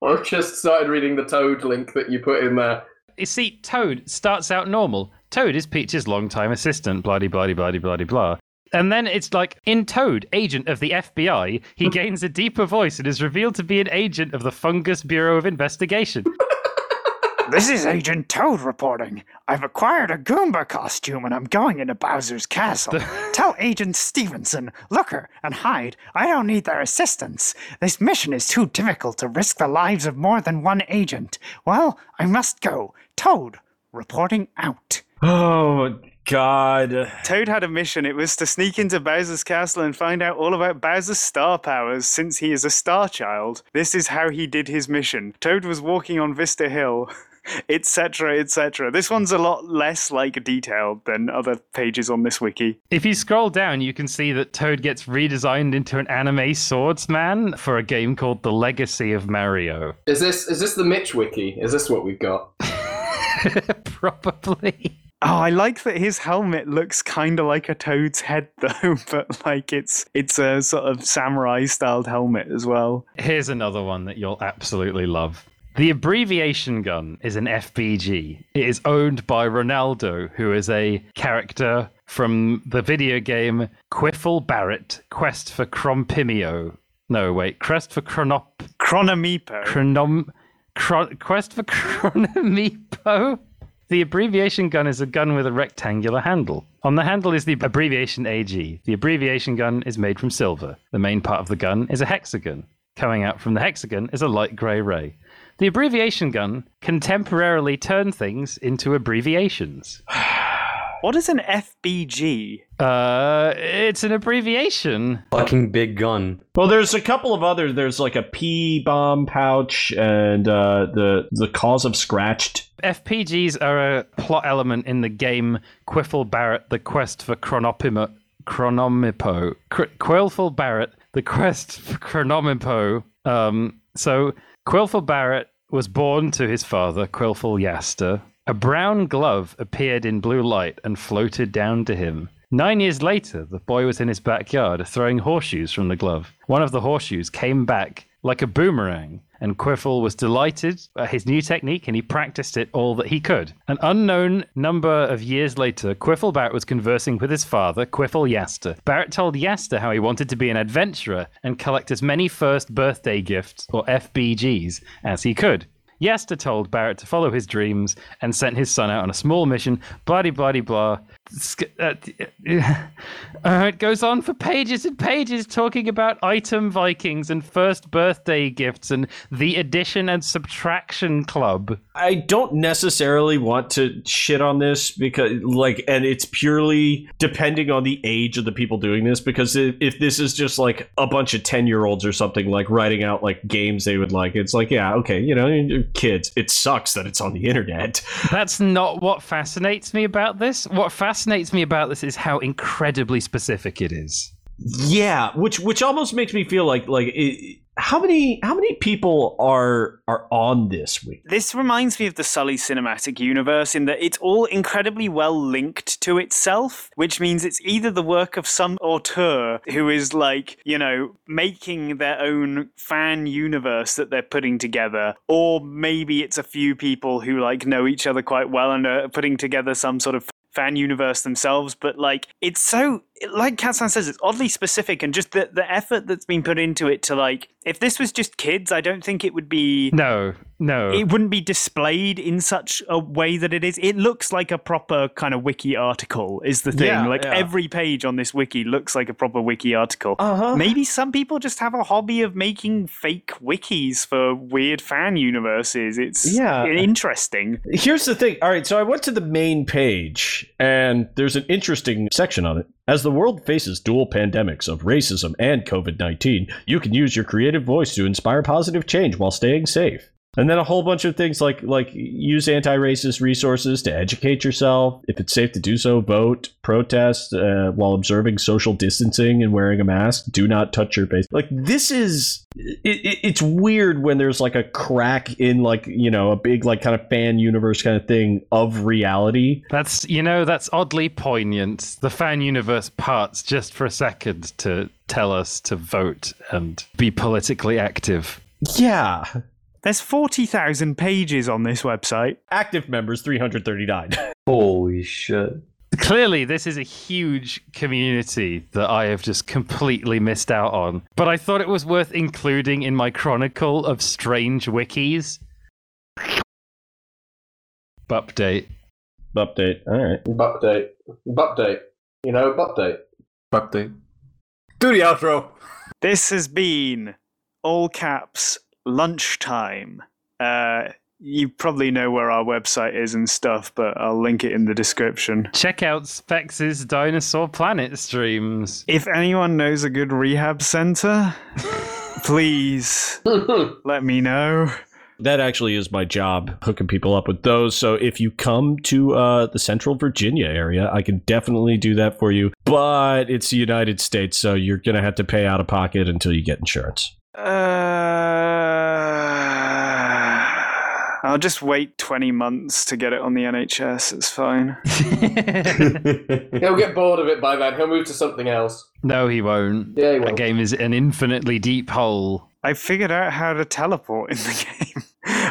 [SPEAKER 6] I've just started reading the Toad link that you put in there.
[SPEAKER 8] You see, Toad starts out normal. Toad is Peach's longtime assistant, bloody, bloody, bloody, bloody, blah. And then it's like, in Toad, agent of the FBI, he gains a deeper voice and is revealed to be an agent of the Fungus Bureau of Investigation.
[SPEAKER 2] This is Agent Toad reporting. I've acquired a Goomba costume and I'm going into Bowser's castle. Tell Agent Stevenson, Looker, and Hyde I don't need their assistance. This mission is too difficult to risk the lives of more than one agent. Well, I must go. Toad reporting out.
[SPEAKER 7] Oh God.
[SPEAKER 2] Toad had a mission. It was to sneak into Bowser's castle and find out all about Bowser's star powers since he is a star child. This is how he did his mission. Toad was walking on Vista Hill. Etc., etc. This one's a lot less like detailed than other pages on this wiki.
[SPEAKER 8] If you scroll down, you can see that Toad gets redesigned into an anime swordsman for a game called The Legacy of Mario.
[SPEAKER 6] Is this is this the Mitch wiki? Is this what we've got?
[SPEAKER 8] Probably.
[SPEAKER 2] Oh, I like that his helmet looks kind of like a toad's head though, but like it's it's a sort of samurai styled helmet as well.
[SPEAKER 8] Here's another one that you'll absolutely love. The abbreviation gun is an FBG. It is owned by Ronaldo, who is a character from the video game Quiffle Barrett Quest for Crompimio. No, wait, Quest for Chronop.
[SPEAKER 2] Chronomipo.
[SPEAKER 8] Chronom. Chron- Quest for Chronomipo? The abbreviation gun is a gun with a rectangular handle. On the handle is the abbreviation AG. The abbreviation gun is made from silver. The main part of the gun is a hexagon. Coming out from the hexagon is a light grey ray. The abbreviation gun can temporarily turn things into abbreviations.
[SPEAKER 2] What is an FBG?
[SPEAKER 8] Uh, it's an abbreviation.
[SPEAKER 5] Fucking big gun.
[SPEAKER 7] Well, there's a couple of other. There's like a P bomb pouch and uh, the the cause of scratched.
[SPEAKER 8] FPGs are a plot element in the game Quiffle Barrett: The Quest for Chronopimo, Chronomipo, Qu- Quillful Barrett: The Quest for Chronomipo. Um, so Quillful Barrett was born to his father, Quillful Yaster. A brown glove appeared in blue light and floated down to him. Nine years later, the boy was in his backyard throwing horseshoes from the glove. One of the horseshoes came back like a boomerang, and Quiffle was delighted at his new technique and he practiced it all that he could. An unknown number of years later, Quiffle Barrett was conversing with his father, Quiffle Yaster. Barrett told Yaster how he wanted to be an adventurer and collect as many first birthday gifts, or FBGs, as he could. Yester told Barrett to follow his dreams and sent his son out on a small mission. Bloody, bloody, blah. Sk- uh, uh, it goes on for pages and pages talking about item Vikings and first birthday gifts and the addition and subtraction club.
[SPEAKER 7] I don't necessarily want to shit on this because, like, and it's purely depending on the age of the people doing this. Because if, if this is just like a bunch of 10 year olds or something, like writing out like games they would like, it's like, yeah, okay, you know, you're kids, it sucks that it's on the internet.
[SPEAKER 8] That's not what fascinates me about this. What fascinates me about this is how incredibly specific it is.
[SPEAKER 7] Yeah, which which almost makes me feel like like it, how many how many people are are on this week?
[SPEAKER 2] This reminds me of the Sully cinematic universe in that it's all incredibly well linked to itself, which means it's either the work of some auteur who is like, you know, making their own fan universe that they're putting together, or maybe it's a few people who like know each other quite well and are putting together some sort of fan universe themselves, but like it's so like Katsan says, it's oddly specific and just the, the effort that's been put into it to like if this was just kids, I don't think it would be
[SPEAKER 8] No, no.
[SPEAKER 2] it wouldn't be displayed in such a way that it is. It looks like a proper kind of wiki article is the thing.
[SPEAKER 7] Yeah,
[SPEAKER 2] like
[SPEAKER 7] yeah.
[SPEAKER 2] every page on this wiki looks like a proper wiki article.
[SPEAKER 7] Uh-huh.
[SPEAKER 2] Maybe some people just have a hobby of making fake wikis for weird fan universes. It's
[SPEAKER 7] Yeah.
[SPEAKER 2] interesting.
[SPEAKER 7] Here's the thing. All right, so I went to the main page, and there's an interesting section on it. As the world faces dual pandemics of racism and COVID 19, you can use your creative voice to inspire positive change while staying safe. And then a whole bunch of things like like use anti-racist resources to educate yourself. If it's safe to do so, vote, protest uh, while observing social distancing and wearing a mask. Do not touch your face. Like this is it, it, it's weird when there's like a crack in like you know a big like kind of fan universe kind of thing of reality.
[SPEAKER 8] That's you know that's oddly poignant. The fan universe parts just for a second to tell us to vote and be politically active.
[SPEAKER 7] Yeah,
[SPEAKER 2] There's 40,000 pages on this website.
[SPEAKER 7] active members three hundred thirty nine.
[SPEAKER 5] Holy shit.
[SPEAKER 8] Clearly, this is a huge community that I have just completely missed out on. But I thought it was worth including in my chronicle of strange wikis. Update.
[SPEAKER 7] Update. All right.
[SPEAKER 6] Bupdate. Bupdate. You know, bupdate.
[SPEAKER 3] Update. Do the outro.
[SPEAKER 2] This has been all caps lunchtime. Uh, you probably know where our website is and stuff, but I'll link it in the description.
[SPEAKER 8] Check out Spex's Dinosaur Planet streams.
[SPEAKER 2] If anyone knows a good rehab center, please let me know.
[SPEAKER 7] That actually is my job, hooking people up with those. So if you come to uh, the Central Virginia area, I can definitely do that for you. But it's the United States, so you're going to have to pay out of pocket until you get insurance.
[SPEAKER 2] Uh, I'll just wait 20 months to get it on the NHS. It's fine.
[SPEAKER 6] He'll get bored of it by then. He'll move to something else.
[SPEAKER 8] no, he won't.
[SPEAKER 6] Yeah, he will.
[SPEAKER 8] That game is an infinitely deep hole.
[SPEAKER 2] I figured out how to teleport in the game.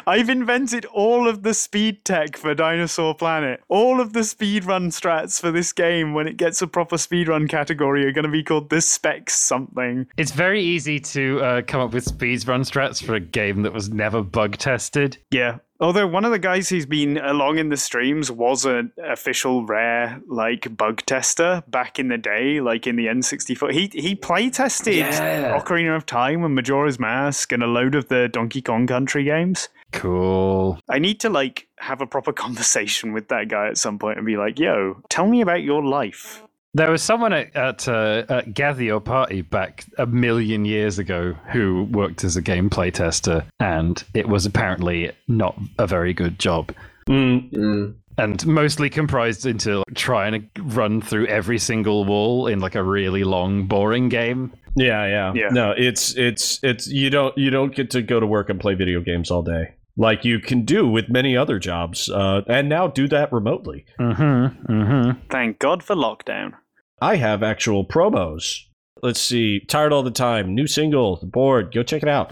[SPEAKER 2] I've invented all of the speed tech for Dinosaur Planet. All of the speedrun strats for this game, when it gets a proper speedrun category, are going to be called the specs something.
[SPEAKER 8] It's very easy to uh, come up with speeds run strats for a game that was never bug tested.
[SPEAKER 2] Yeah. Although one of the guys who's been along in the streams was an official rare like bug tester back in the day, like in the N64. He he play tested
[SPEAKER 6] Yeah.
[SPEAKER 2] Ocarina of Time and Majora's Mask and a load of the Donkey Kong Country games.
[SPEAKER 8] Cool.
[SPEAKER 2] I need to like have a proper conversation with that guy at some point and be like, "Yo, tell me about your life."
[SPEAKER 8] There was someone at, at, uh, at Gather Your Party back a million years ago who worked as a gameplay tester, and it was apparently not a very good job.
[SPEAKER 6] Mm.
[SPEAKER 8] And mostly comprised into like, trying to run through every single wall in like a really long, boring game.
[SPEAKER 7] Yeah, yeah,
[SPEAKER 2] Yeah.
[SPEAKER 7] No, it's it's it's you don't you don't get to go to work and play video games all day like you can do with many other jobs, uh, and now do that remotely.
[SPEAKER 8] Mm-hmm. Mm-hmm.
[SPEAKER 2] Thank God for lockdown.
[SPEAKER 7] I have actual promos. Let's see. Tired all the time. New single. The board. Go check it out.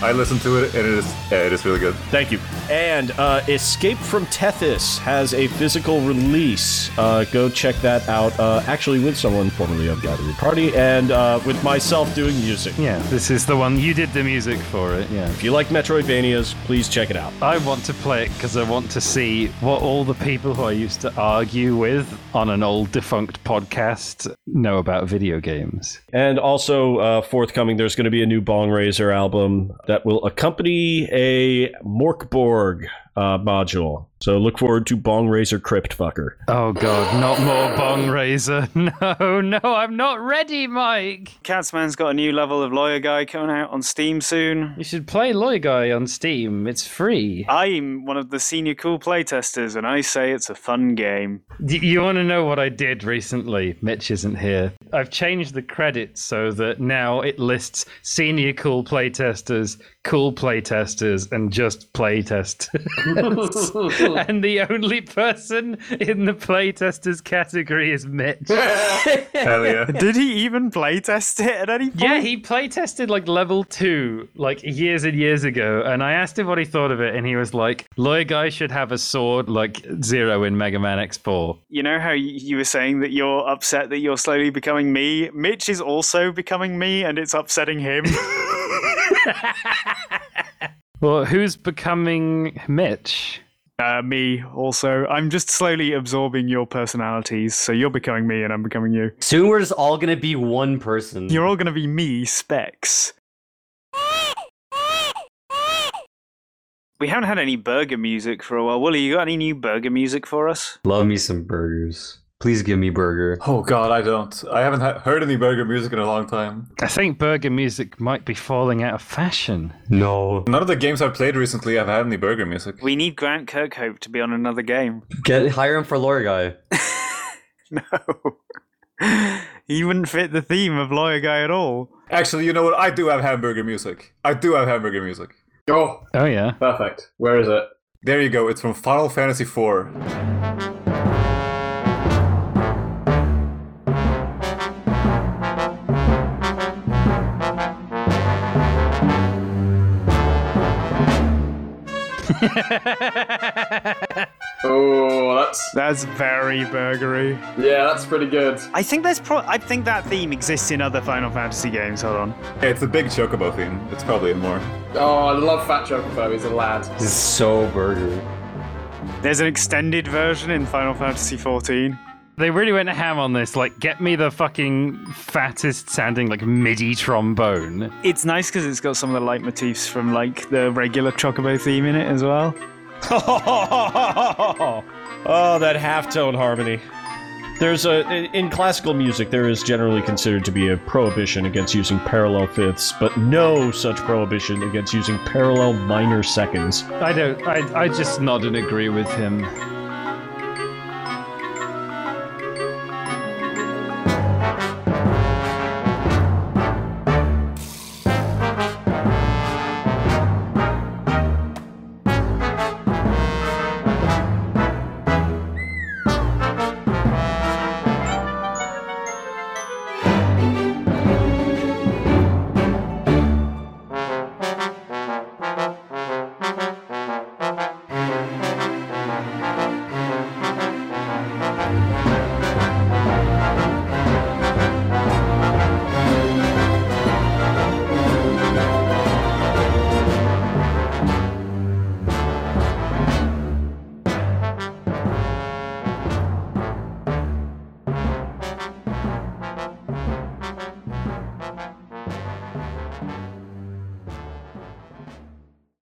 [SPEAKER 3] I listened to it and it is yeah, it is really good.
[SPEAKER 7] Thank you. And uh, Escape from Tethys has a physical release. Uh, go check that out. Uh, actually, with someone formerly of Gathering Party, and uh, with myself doing music.
[SPEAKER 8] Yeah, this is the one you did the music for it. Yeah.
[SPEAKER 7] If you like Metroidvanias, please check it out.
[SPEAKER 8] I want to play it because I want to see what all the people who I used to argue with on an old defunct podcast know about video games.
[SPEAKER 7] And also, uh, forthcoming, there's going to be a new Bong Razor album that that will accompany a Morkborg uh, module. So look forward to Bong Razor Crypt Fucker.
[SPEAKER 8] Oh god, not more bong razor. No, no, I'm not ready, Mike.
[SPEAKER 2] Catsman's got a new level of lawyer guy coming out on Steam soon.
[SPEAKER 8] You should play Loy Guy on Steam. It's free.
[SPEAKER 2] I'm one of the senior cool playtesters, and I say it's a fun game.
[SPEAKER 8] Y- you want to know what I did recently? Mitch isn't here. I've changed the credits so that now it lists senior cool playtesters, cool playtesters, and just playtesters. and the only person in the playtesters category is Mitch.
[SPEAKER 3] Hell yeah.
[SPEAKER 2] Did he even playtest it at any point?
[SPEAKER 8] Yeah, he play tested like level two like years and years ago, and I asked him what he thought of it, and he was like, "Lawyer guy should have a sword like Zero in Mega Man X4."
[SPEAKER 2] You know how y- you were saying that you're upset that you're slowly becoming me? Mitch is also becoming me, and it's upsetting him.
[SPEAKER 8] Well, who's becoming Mitch?
[SPEAKER 2] uh, me also. I'm just slowly absorbing your personalities, so you're becoming me, and I'm becoming you.
[SPEAKER 5] Soon we're just all gonna be one person.
[SPEAKER 2] You're all going to be me, Specs. We haven't had any burger music for a while. Willie, you got any new burger music for us?
[SPEAKER 5] Love me some burgers. Please give me burger.
[SPEAKER 3] Oh god, I don't. I haven't ha- heard any burger music in a long time.
[SPEAKER 8] I think burger music might be falling out of fashion.
[SPEAKER 5] No.
[SPEAKER 3] None of the games I've played recently have had any burger music.
[SPEAKER 2] We need Grant Kirkhope to be on another game.
[SPEAKER 5] Get hire him for lore guy.
[SPEAKER 2] No. he wouldn't fit the theme of Lawyer Guy at all.
[SPEAKER 3] Actually, you know what? I do have hamburger music. I do have hamburger music.
[SPEAKER 6] Oh,
[SPEAKER 8] Oh yeah.
[SPEAKER 6] perfect. Where is it?
[SPEAKER 3] There you go. It's from Final Fantasy IV.
[SPEAKER 6] Oh, that's
[SPEAKER 2] That's very burgery.
[SPEAKER 6] yeah, that's pretty good.
[SPEAKER 2] I think there's pro- I think that theme exists in other Final Fantasy games. Hold on.
[SPEAKER 3] Yeah, it's a big chocobo theme. It's probably in more.
[SPEAKER 6] Oh, I love Fat Chocofo. He's a lad.
[SPEAKER 5] This is so burger.
[SPEAKER 2] There's an extended version in Final Fantasy 14.
[SPEAKER 8] They really went ham on this. Like, get me the fucking fattest sounding like MIDI trombone.
[SPEAKER 2] It's nice because it's got some of the leitmotifs from like the regular Chocobo theme in it as well.
[SPEAKER 7] oh, that halftone harmony. There's a in classical music there is generally considered to be a prohibition against using parallel fifths, but no such prohibition against using parallel minor seconds.
[SPEAKER 8] I don't. I. I just nod and agree with him.